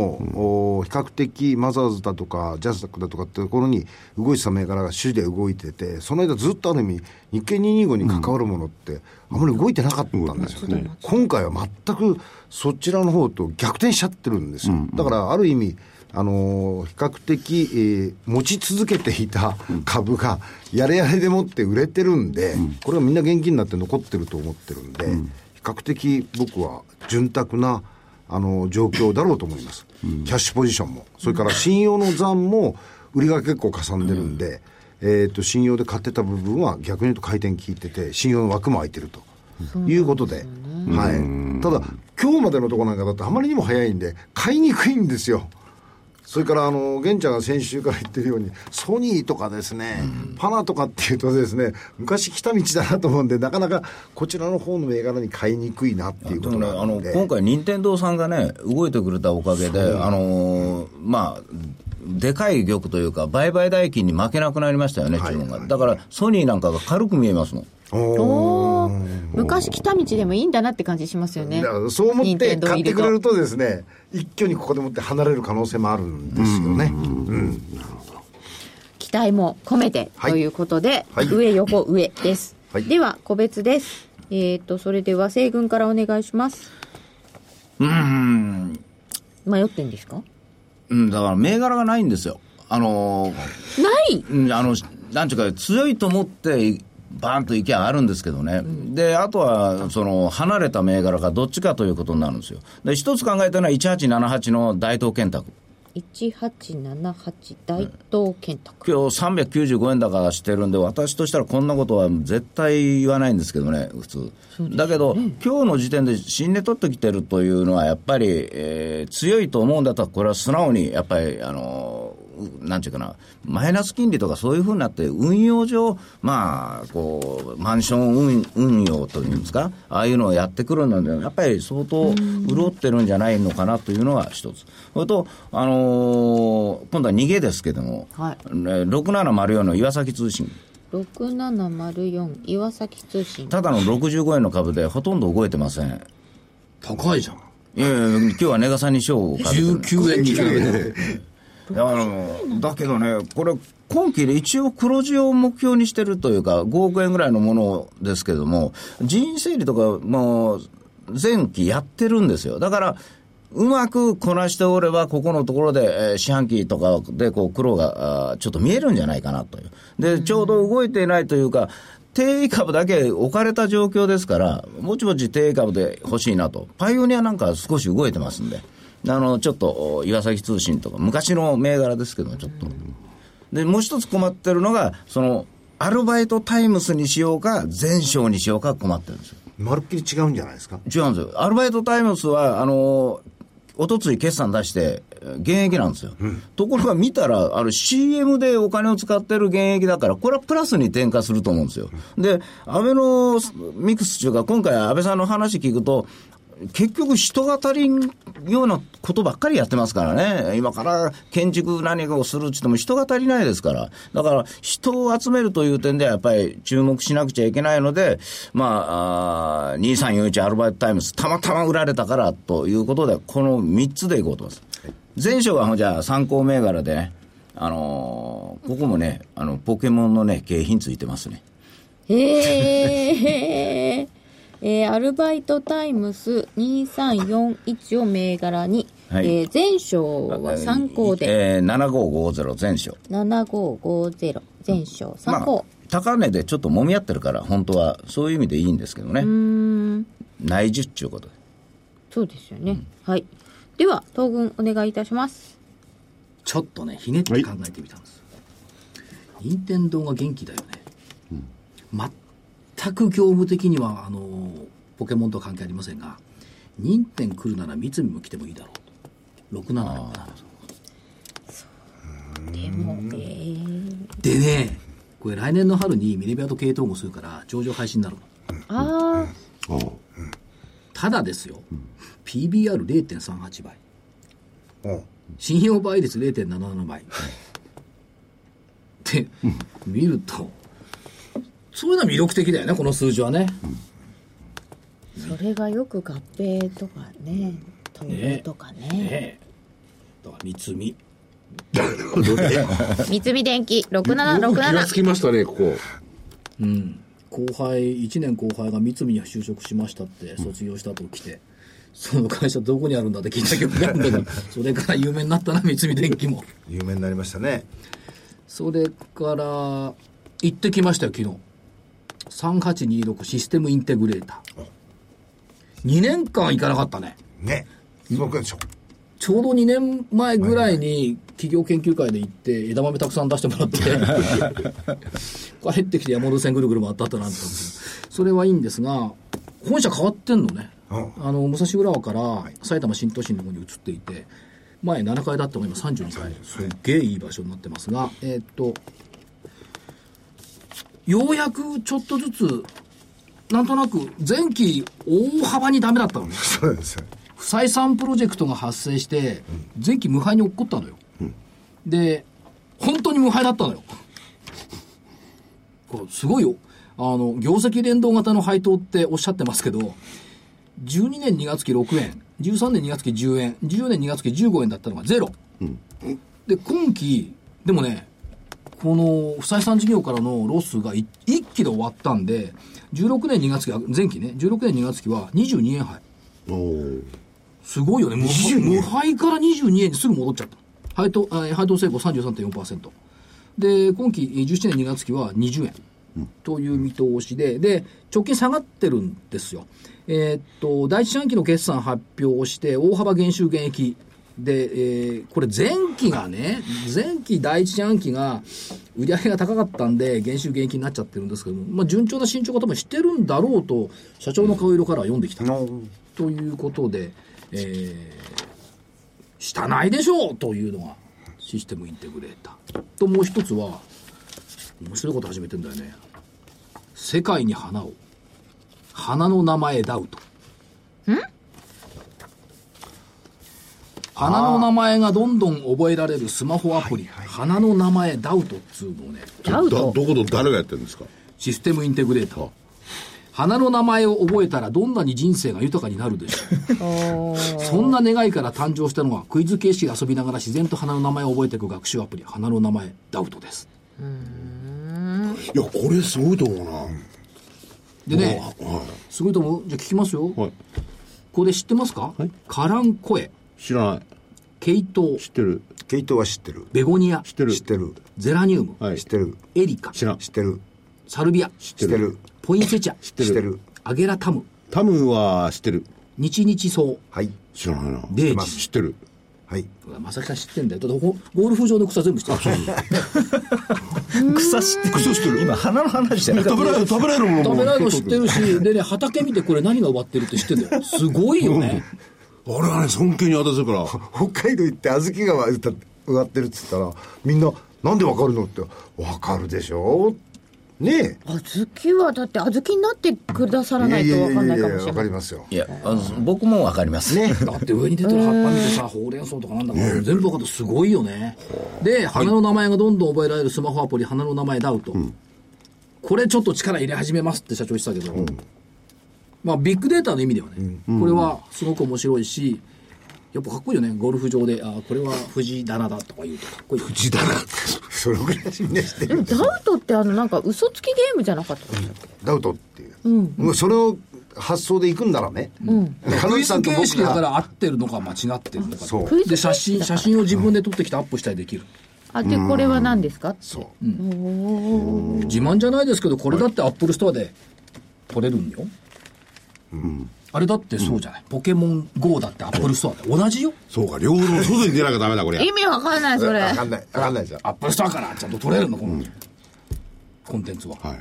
Speaker 3: お比較的、マザーズだとか、ジャスダックだとかってところに動いてた銘柄が主で動いてて、その間ずっとある意味、日経225に関わるものって、あまり動いてなかったんですよね。今回は全くそちらの方と逆転しちゃってるんですよ。だから、ある意味、あのー比較的、えー持ち続けていた株が、やれやれでもって売れてるんで、これはみんな現金になって残ってると思ってるんで、比較的僕は潤沢な、あのー状況だろうと思います、キャッシュポジションも、それから信用の残も、売りが結構かさんでるんで、えー、と信用で買ってた部分は逆に言うと回転効いてて、信用の枠も空いてると。いうことで、はい、ただ、今日までのところなんかだと、あまりにも早いんで、買いにくいんですよ。それから、あの、玄ちゃんが先週から言ってるように、ソニーとかですね、パナとかっていうとですね、昔来た道だなと思うんで、なかなかこちらの方の銘柄に買いにくいなっていう
Speaker 4: で
Speaker 3: こと
Speaker 4: もね、
Speaker 3: な
Speaker 4: あ
Speaker 3: の
Speaker 4: の
Speaker 3: で、
Speaker 4: 今回、任天堂さんがね、動いてくれたおかげで、あのーまあ、でかい玉というか、売買代金に負けなくなりましたよね、注文が。だから、ソニーなんかが軽く見えますもん。
Speaker 1: おー昔来た道でもいいんだなって感じしますよね
Speaker 3: だからそう思っ
Speaker 1: 任
Speaker 3: て
Speaker 1: 天堂入
Speaker 3: 買って
Speaker 1: と
Speaker 3: くれるとですね、一挙にここでもって離れる可能性もあるんですよね。うん
Speaker 1: 期待も込めて
Speaker 3: はい
Speaker 1: ということで、
Speaker 3: はい
Speaker 1: 上横上です、
Speaker 3: はい
Speaker 1: では個別ですえっ、とそれでは西軍からお願いします
Speaker 4: うん、
Speaker 1: 迷ってんですか
Speaker 4: うん、だから、銘柄がないんですよ。あのー
Speaker 1: ない
Speaker 4: うんあの、なんていうか、強いと思って、バーンと行きゃあるんですけどね、であとはその離れた銘柄がどっちかということになるんですよ、で一つ考えたのは1878の大東建託、
Speaker 1: 1878大東建託、
Speaker 4: 今日395円高してるんで、私としたらこんなことは絶対言わないんですけどね、普通。だけど、今日の時点で新値取ってきてるというのは、やっぱり、えー強いと思うんだったら、これは素直に、やっぱり、あのーうなんていうかな、マイナス金利とかそういうふうになって、運用上、まあ、こう、マンション運運用というんですか、ああいうのをやってくるので、やっぱり相当潤ってるんじゃないのかなというのが一つ。それと、あのー今度は逃げですけども、
Speaker 1: はい
Speaker 4: ね6704の岩崎通信。
Speaker 1: 6704岩崎通信
Speaker 4: ただの65円の株でほとんど動いてません。
Speaker 2: 高いじゃん。
Speaker 4: いやいや、今日はネガさんに賞を買ってる
Speaker 2: 19円に。
Speaker 4: だからだけどね、これ、今期で一応黒字を目標にしてるというか、5億円ぐらいのものですけども、人員整理とか、もう、前期やってるんですよ。だから、うまくこなしておれば、ここのところで、えー四半期とかで、こう、苦労が、あーちょっと見えるんじゃないかなという。で、ちょうど動いていないというか、定位株だけ置かれた状況ですから、もちもち定位株で欲しいなと。パイオニアなんかは少し動いてますんで。あの、ちょっと、岩崎通信とか、昔の銘柄ですけども、ちょっと。で、もう一つ困ってるのが、その、アルバイトタイムスにしようか、全商にしようか困ってるんですよ。
Speaker 3: まるっきり違うんじゃないですか
Speaker 4: 違うんですよ。アルバイトタイムスは、あの、おとつい決算出して、えー現役なんですよ。ところが見たら、あの CM でお金を使ってる現役だから、これはプラスに転嫁すると思うんですよ。で、アベノミクスというか、今回安倍さんの話聞くと、結局人が足りんようなことばっかりやってますからね。今から建築何かをするって言っても人が足りないですから。だから人を集めるという点ではやっぱり注目しなくちゃいけないので、まあ、あー2341アルバイトタイムズたまたま売られたからということで、この3つでいこうと思います。前章はじゃあ参考銘柄でね、あのーここもね、あの、ポケモンのね、景品ついてますね。
Speaker 1: へええー、アルバイトタイムス2341を銘柄に、
Speaker 4: はい
Speaker 1: えー前章は参考で
Speaker 4: えー、7550前章。
Speaker 1: 7550前章参
Speaker 4: まあ
Speaker 1: 考、、
Speaker 4: 高値でちょっと揉み合ってるから、本当は、そういう意味でいいんですけどね。内需っちゅうことで。
Speaker 1: そうですよね、はいでは東軍お願いいたします
Speaker 2: ちょっとね、ひねって考えてみたんです。任天堂が元気だよね。全く業務的には、あのー、ポケモンとは関係ありませんが、任天来るなら三つも来てもいいだろうと。6、7かな。
Speaker 1: でもえー、
Speaker 2: でね、これ来年の春にミレビアと系統合するから、上場廃止になるの。
Speaker 1: ああ
Speaker 2: ただですよ、PBR0.38 倍。
Speaker 3: うん
Speaker 2: 信用倍率0.77倍。って、見ると、そういうのは魅力的だよね、この数字はね。
Speaker 1: それがよく合併とかね統合とかね
Speaker 2: ねえ。だから、三つ見。
Speaker 1: 三菱電機
Speaker 7: よく気がつ
Speaker 1: 6767
Speaker 7: きましたね、ここ。
Speaker 2: 後輩、1年後輩が三つ見に就職しましたって、卒業したと来て、その会社どこにあるんだって聞いた記憶があるんだけど、それから有名になったな、三つ見電機も。
Speaker 3: 有名になりましたね
Speaker 2: それから、行ってきましたよ、昨日。3826システムインテグレーター。2年間行かなかったね。
Speaker 3: ねそうかでしょ
Speaker 2: ちょうど2年前ぐらいに企業研究会で行って枝豆たくさん出してもらって、 帰ってきて山手線ぐるぐる回ったったなって思ってそれはいいんですが、本社変わってんのね。
Speaker 3: うん
Speaker 2: あの、武蔵浦和から埼玉新都心の方に移っていて、前7階だったのが今32階。すっげえいい場所になってますが、えーっと、ようやくちょっとずつ、なんとなく前期大幅にダメだったのね。
Speaker 3: そうですよ
Speaker 2: 不採算プロジェクトが発生して、前期無敗に落っこったのよ、で本当に無敗だったのよこれすごいよあの業績連動型の配当っておっしゃってますけど12年2月期6円13年2月期10円14年2月期15円だったのがゼロ、で今期でもねこの不採算事業からのロスがい一期で終わったんで16年2月期は前期ね16年2月期は22円配すごいよね。無無敗から22円にすぐ戻っちゃった。配当、えー配当成功33.4%。で、今期、えー17年2月期は20円。という見通しで、で、直近下がってるんですよ。えーっと、第一四半期の決算発表をして、大幅減収減益。で、えーこれ前期がね、前期第一四半期が、売り上げが高かったんで、減収減益になっちゃってるんですけども、まあ、順調な進捗が多分してるんだろうと、社長の顔色からは読んできた。ということで、えー、したないでしょうというのが、システムインテグレーター。と、もう一つは、面白いこと始めてんだよね。世界に花を。花の名前ダウト。ん花の名前がどんどん覚えられるスマホアプリ、花の名前ダウトっつうのをね、
Speaker 1: ダウト
Speaker 7: どこと誰がやってるんですか
Speaker 2: システムインテグレーター。花の名前を覚えたらどんなに人生が豊かになるでしょう。そんな願いから誕生したのはクイズ形式で遊びながら自然と花の名前を覚えていく学習アプリ、花の名前ダウトです。
Speaker 7: いやこれすごいと思う
Speaker 2: で
Speaker 7: な、
Speaker 2: ね、すごいと思うじゃあ聞きますよ。
Speaker 7: はい
Speaker 2: これ知ってますか、
Speaker 7: はい
Speaker 2: カランコエ、
Speaker 7: 知らない
Speaker 2: ケイトウ、
Speaker 7: 知ってる
Speaker 3: 系統は知ってる
Speaker 2: ベゴニア、
Speaker 7: 知ってる
Speaker 3: 知ってる
Speaker 2: ゼラニウム、
Speaker 7: はい
Speaker 3: 知ってる
Speaker 2: エリカ、
Speaker 7: 知らん
Speaker 3: 知ってる
Speaker 2: サルビア、
Speaker 3: 知ってる
Speaker 2: ポインセチャ、
Speaker 3: 知ってる
Speaker 2: アゲラタム、
Speaker 7: タムは知ってる
Speaker 2: 日々草、
Speaker 3: はい
Speaker 7: 知らないな
Speaker 2: デー
Speaker 3: ま
Speaker 2: ジ。
Speaker 7: 知ってる
Speaker 3: はい
Speaker 2: まさきさん知ってんだよ。だってゴゴルフ場の草全部知ってる。
Speaker 4: 草知ってる草知ってる今花の話じゃなかっ
Speaker 7: 食べられる食べられるもの
Speaker 2: 食べられるの知
Speaker 7: 結
Speaker 2: っ
Speaker 7: 構
Speaker 2: てるし、でね、畑見てこれ何が終わってるって知ってんだよ。すごいよね。
Speaker 7: あれはね尊敬に渡せるから
Speaker 3: 北海道行って小豆川歌って植わってるっつったらみんな「なんでわかるの?」って「わかるでしょ」ね
Speaker 1: 小豆はだって小豆になってくださ
Speaker 3: え
Speaker 1: らないと分かんないかもし
Speaker 3: わ
Speaker 1: れ
Speaker 3: か
Speaker 1: な
Speaker 3: り
Speaker 1: い
Speaker 3: ますよ
Speaker 4: たいやあの僕もわかりますね
Speaker 2: だって上に出てる葉っぱ見てさ、ほうれん草とかなんだか全部分かってすごいよね。で、花の名前がどんどん覚えられるスマホアプリ、花の名前ダウト。これちょっと力入れ始めますって社長言ってたけど、まあビッグデータの意味ではね、これはすごく面白いし、やっぱかっこいいよね、ゴルフ場で、あこれは藤棚だとか言うとかっこいいよね。
Speaker 7: 地だな
Speaker 3: それぐらいみんな知って
Speaker 1: で
Speaker 3: る
Speaker 1: もダウトってあのなんか嘘つきゲームじゃなかったでしたっけ
Speaker 3: ダウトっていう、もうそれを発想でいくんならね、彼
Speaker 2: ク
Speaker 3: 女
Speaker 2: イ
Speaker 3: さ
Speaker 2: ズ
Speaker 3: んと
Speaker 2: 形
Speaker 3: 僕
Speaker 2: 式だか
Speaker 3: が
Speaker 2: ら合ってるのか間違ってるのか
Speaker 3: そう
Speaker 2: で写真写真を自分で撮ってきてアップしたりできる、
Speaker 1: あでこれは何ですか
Speaker 3: そう
Speaker 2: 自慢じゃないですけどこれだってアップルストアで撮れるんよ、あれだってそうじゃない、ポケモン GO だってアップルストアで同じよ
Speaker 7: そうか両方の外に出なきゃダメだこれ
Speaker 1: 意味わかんないそれ
Speaker 3: わかんないわかんないじゃん
Speaker 2: アップルストアからちゃんと撮れるのこの、コンテンツは、
Speaker 7: はい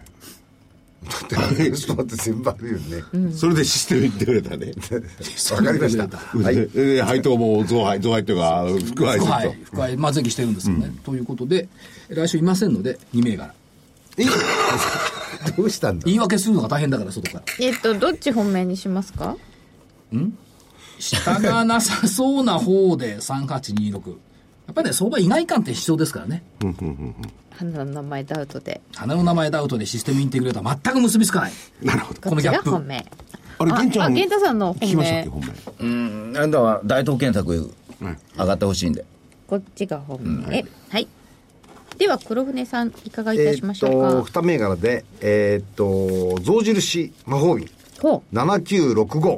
Speaker 3: だってちょっと待って全部あるよね
Speaker 7: それでシステム言ってくれたね。
Speaker 3: わかりました
Speaker 7: はい。で、配当も増配、増配というか、副配す
Speaker 2: 副
Speaker 7: る
Speaker 2: 配副配まあ前期してるんですよね、ということで来週いませんので2銘柄
Speaker 3: えどうしたんだ
Speaker 2: 言い訳するのが大変だから外から
Speaker 1: えっとどっち本命にしますか
Speaker 2: 下がなさそうな方で3826やっぱりね相場意外感って必要ですからね
Speaker 1: 花の名前ダウトで
Speaker 2: 花の名前ダウトでシステムインテグレーター全く結びつかない
Speaker 7: と。なるほど。
Speaker 2: このギャップ
Speaker 1: こっちが本命
Speaker 7: あれ、玄ちゃ
Speaker 1: あ
Speaker 7: ん。
Speaker 1: 玄太さんの本命
Speaker 7: 聞きましたっけ、本命。
Speaker 4: うんだから大東建託上がってほしいんで
Speaker 1: こっちが本命、はい、では黒船さんいかがい
Speaker 3: え
Speaker 1: たし
Speaker 3: ー
Speaker 1: ま
Speaker 3: っ
Speaker 1: しょうか、
Speaker 3: と2銘柄でえーっと象印魔法瓶
Speaker 1: ほ
Speaker 3: 7965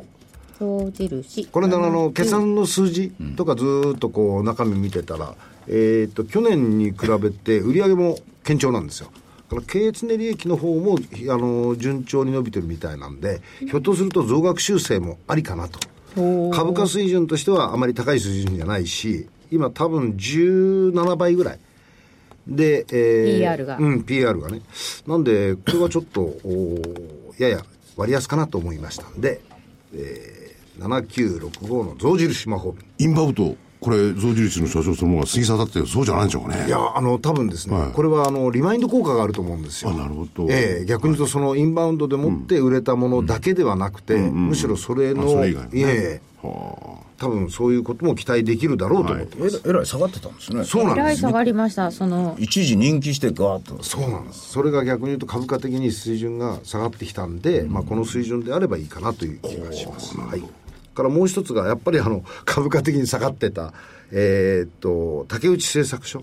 Speaker 1: う象印
Speaker 3: これのあの
Speaker 1: 79
Speaker 3: 決算の数字とかずーっとこう中身見てたら、えーっと去年に比べて売り上げも堅調なんですよだから経営常利益の方もひあの順調に伸びてるみたいなんでひょっとすると増額修正もありかなと株価水準としてはあまり高い水準じゃないし今多分17倍ぐらいで、えー
Speaker 1: PR が
Speaker 3: うん、PR がね。なんで、これはちょっと、おーやや割安かなと思いましたんで、えー、7965の象印魔法瓶。
Speaker 7: インバウト、これ、象印の社長そのものが過ぎ去ったって、そうじゃないんでしょうかね。
Speaker 3: いや、あの、多分ですね、
Speaker 7: はい
Speaker 3: これは、あの、リマインド効果があると思うんですよ。
Speaker 7: あなるほど
Speaker 3: ええ逆に言うと、その、インバウンドでもって売れたものだけではなくて、むしろそれの、
Speaker 7: あそれ以外のね
Speaker 3: ええ多分そういうことも期待できるだろうと思ってます。
Speaker 4: えらい下がってたんですね
Speaker 3: そうなん
Speaker 1: えら
Speaker 3: で
Speaker 1: い
Speaker 3: すよ
Speaker 1: 下がりましたその
Speaker 4: 一時人気してガーッと
Speaker 3: そうなんです。それが逆に言うと株価的に水準が下がってきたんで、まあこの水準であればいいかなという気がします。はい。からもう一つが、やっぱりあの、 株価的に下がってた、えーっと、竹内製作所。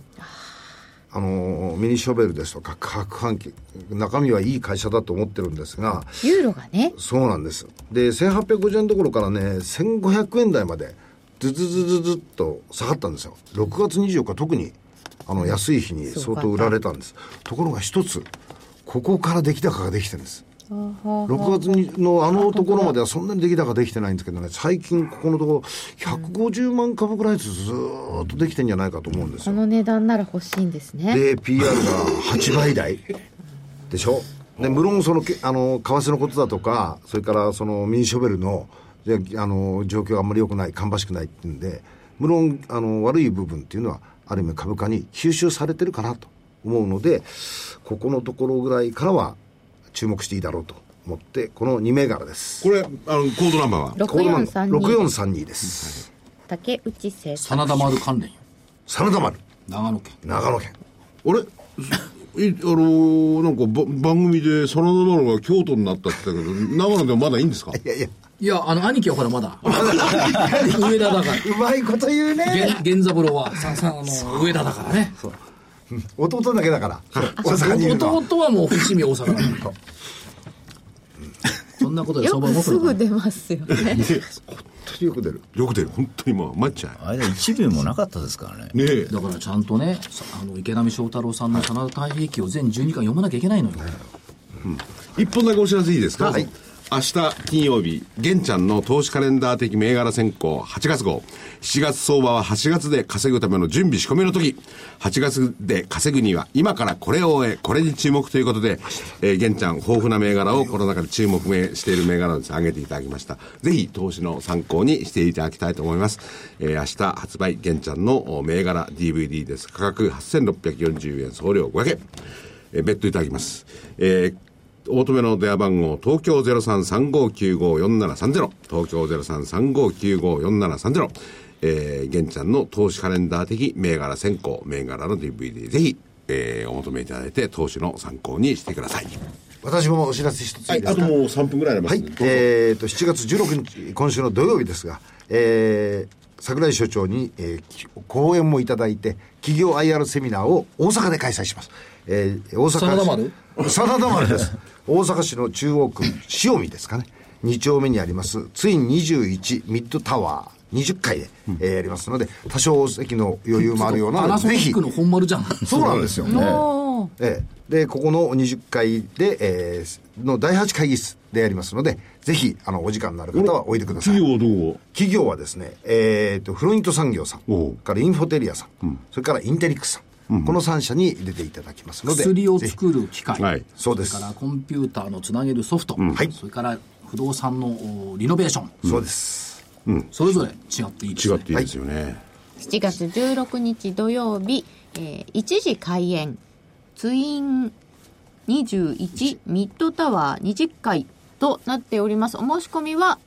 Speaker 3: あの、ミニショベルですとか、核反機、中身はいい会社だと思ってるんですが、
Speaker 1: ユーロがね
Speaker 3: そうなんです。で、1850円どころからね、1500円台まで、ずずずずずっと下がったんですよ。6月24日、特に、あの、安い日に相当売られたんです。ところが一つ、ここから出来高ができてるんです。6月にのあのところまではそんなに出来高できてないんですけどね、最近ここのところ、150万株ぐらいずつずーっとできてんじゃないかと思うんです
Speaker 1: こ
Speaker 3: よ。
Speaker 1: の値段なら欲しいんですね
Speaker 3: で、PR が8倍台でしょ、で無論そのけあの、為替のことだとか、それからそのミニショベルのであの状況があんまり良くない、芳しくないっていうんで、無論あの悪い部分っていうのはある意味株価に吸収されてるかなと思うので、ここのところぐらいからは注目していいだろうと思って、この2銘柄です。
Speaker 5: これ、あの、コードナンバーは
Speaker 3: コールマン
Speaker 6: 6432
Speaker 3: 6432です。
Speaker 6: 竹内製作
Speaker 2: 真田丸関連よ
Speaker 3: 真田丸、
Speaker 2: 長野県
Speaker 3: 長野県。
Speaker 5: あれいあのーなんかば番組で真田丸が京都になったって言ったけど長野でもまだいいんですか
Speaker 3: いやいや、
Speaker 2: いやあの兄貴はほらまだ 上田だから
Speaker 3: うまいこと言 うね。
Speaker 2: 源源三郎はささあの上田だからね
Speaker 3: 弟だけだから、大阪にいるのは。
Speaker 2: 弟は もう伏見大阪だからそんなことで
Speaker 1: よ
Speaker 2: 相場
Speaker 1: く
Speaker 2: も
Speaker 1: すぐ出ますよね
Speaker 3: よく出る。
Speaker 5: よく出る本当に今マッチャ
Speaker 4: あれ1秒もなかったですからね
Speaker 5: ねえ
Speaker 2: だからちゃんとねさあの池波正太郎さんの真田太平記を全12巻読まなきゃいけないのよ、
Speaker 5: 一本だけお知らせいいですか、
Speaker 3: はい
Speaker 5: 明日金曜日玄ちゃんの投資カレンダー的銘柄選考8月号7月相場は8月で稼ぐための準備仕込みの時8月で稼ぐには今からこれを終えこれに注目ということで、えー、玄ちゃん豊富な銘柄をこの中で注目している銘柄をですね挙げていただきましたぜひ投資の参考にしていただきたいと思います、えー明日発売玄ちゃんのお銘柄 DVD です価格8640円送料500円えー別途いただきます。えー大留めの電話番号、東京0335954730、東京0335954730、えー、玄ちゃんの投資カレンダー的銘柄選考、銘柄の DVD、ぜひ、えー、お求めいただいて、投資の参考にしてください。
Speaker 3: 私もお知らせ一ついいですか、
Speaker 5: う3分ぐらいありま
Speaker 3: はい、えー、と7月16日、今週の土曜日ですが、えー、桜井所長に、えーき講演もいただいて、企業 IR セミナーを大阪で開催します。えー、大阪
Speaker 2: 真田丸
Speaker 3: 真田丸です。 大阪市の中央区、塩見ですかね。2丁目にあります、ツイン21ミッドタワー。20回で、えーやりますので、多少席の余裕もあるような
Speaker 2: パ
Speaker 3: の
Speaker 2: ナ
Speaker 3: で、
Speaker 2: ソニ
Speaker 3: ぜひ
Speaker 2: ック、の本丸じゃん
Speaker 3: そうなんですよ。
Speaker 1: も
Speaker 3: ええ、でここの20階で、えーの第8会議室でやりますのでぜひあのお時間のある方はおいでください
Speaker 5: 企業どう
Speaker 3: 企業はですね、えー、とフロイント産業さん
Speaker 5: おう
Speaker 3: からインフォテリアさん、それからインテリックスさん、この3社に出ていただきますので
Speaker 2: 薬を
Speaker 3: ぜひ
Speaker 2: 作る機械、
Speaker 5: はい
Speaker 3: そうです
Speaker 2: それからコンピューターのつなげるソフト、
Speaker 3: はい
Speaker 2: それから不動産のおリノベーション、
Speaker 3: そうです、
Speaker 2: それぞれ違っていいです
Speaker 5: 違
Speaker 2: ね
Speaker 5: っていいですよね。
Speaker 1: 7月16日土曜日、えー1時開演ツイン21ミッドタワー20階となっておりますお申し込みは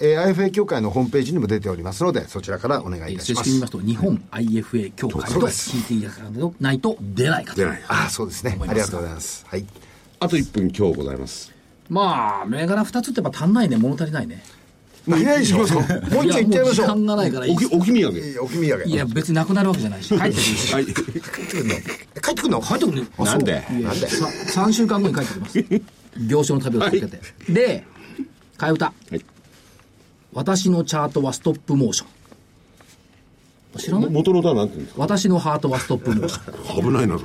Speaker 3: えー IFA 協会のホームページにも出ておりますのでそちらからお願いいた
Speaker 2: 正
Speaker 3: しま
Speaker 2: 式に言い
Speaker 3: す
Speaker 2: ますと日本 IFA 協会
Speaker 3: そう
Speaker 2: と
Speaker 3: です
Speaker 2: 聞いていただかないと出ないかと
Speaker 5: 出ない。
Speaker 3: ああそうですね
Speaker 2: 思い
Speaker 3: あ
Speaker 2: ます
Speaker 3: りがとうございますはい
Speaker 5: あと1分今日ございます。
Speaker 2: まあ銘柄2つってやっぱ足んないね物足りないね
Speaker 3: もういないで しょもう一丁いっちゃいましょ
Speaker 2: やも時間
Speaker 3: う
Speaker 2: がないからいい
Speaker 5: おき、おきみやげ。
Speaker 3: いやお気味やげ
Speaker 2: いや別になくなるわけじゃないし帰ってくるし
Speaker 5: はい。
Speaker 3: え帰ってくんの
Speaker 2: 帰ってくるね
Speaker 5: なんで
Speaker 2: いやさ3週間後に帰ってきます 行商の旅を続けて、で替え歌、
Speaker 5: はい
Speaker 2: 私のチャートはストップモーション知らない
Speaker 5: 元の歌はなんて言うんです
Speaker 2: 私のハートはストップモーション
Speaker 5: か危ないなと。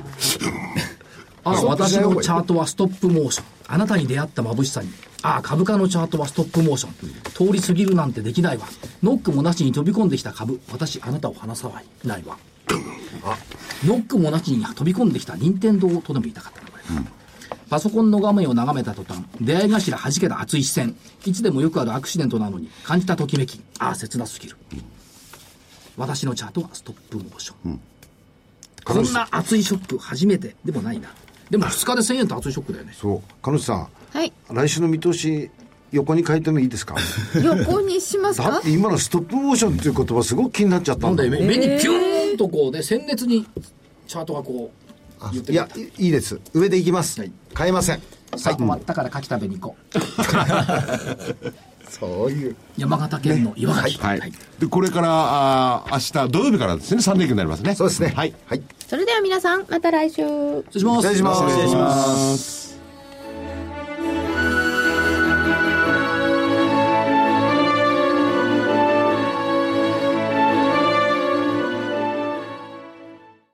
Speaker 2: あ
Speaker 3: そう
Speaker 2: 私のチャートはストップモーションあなたに出会った眩しさにああ株価のチャートはストップモーション通り過ぎるなんてできないわノックもなしに飛び込んできた株私あなたを離さはいないわノックもなしに飛び込んできた任天堂とでも言いたかったなこれパソコンの画面を眺めた途端出会い頭弾けた熱い視線いつでもよくあるアクシデントなのに感じたときめきああ切なすぎる私のチャートはストップモーション、こんな熱いショック初めてでもないなでも2日で1000円と熱いショックだよね
Speaker 3: そう彼女さん
Speaker 1: はい
Speaker 3: 来週の見通し横に書いてもいい ですか
Speaker 1: 横にします
Speaker 3: だ
Speaker 1: か
Speaker 3: って今のストップモーションっていう言葉すごく気になっちゃった
Speaker 2: なん
Speaker 3: ん
Speaker 2: だ
Speaker 3: だ
Speaker 2: よ
Speaker 3: よ
Speaker 2: 目
Speaker 3: ね
Speaker 2: 目にピューンとこうね鮮烈にチャートがこう言って
Speaker 3: い
Speaker 2: み
Speaker 3: や
Speaker 2: た
Speaker 3: いいいです上でいきます、
Speaker 2: はい
Speaker 3: 変えません
Speaker 2: さあ終わったから牡蠣食べに行こう
Speaker 3: そういう
Speaker 2: 山形県の岩牡蠣、
Speaker 5: は
Speaker 2: はい
Speaker 5: い。で、これから、あー明日土曜日からですね、3連休になりますね。
Speaker 3: そうですね
Speaker 5: はい。
Speaker 3: はい
Speaker 1: それでは皆さんまた来週
Speaker 2: 失礼します
Speaker 3: 失礼します
Speaker 5: 失礼します。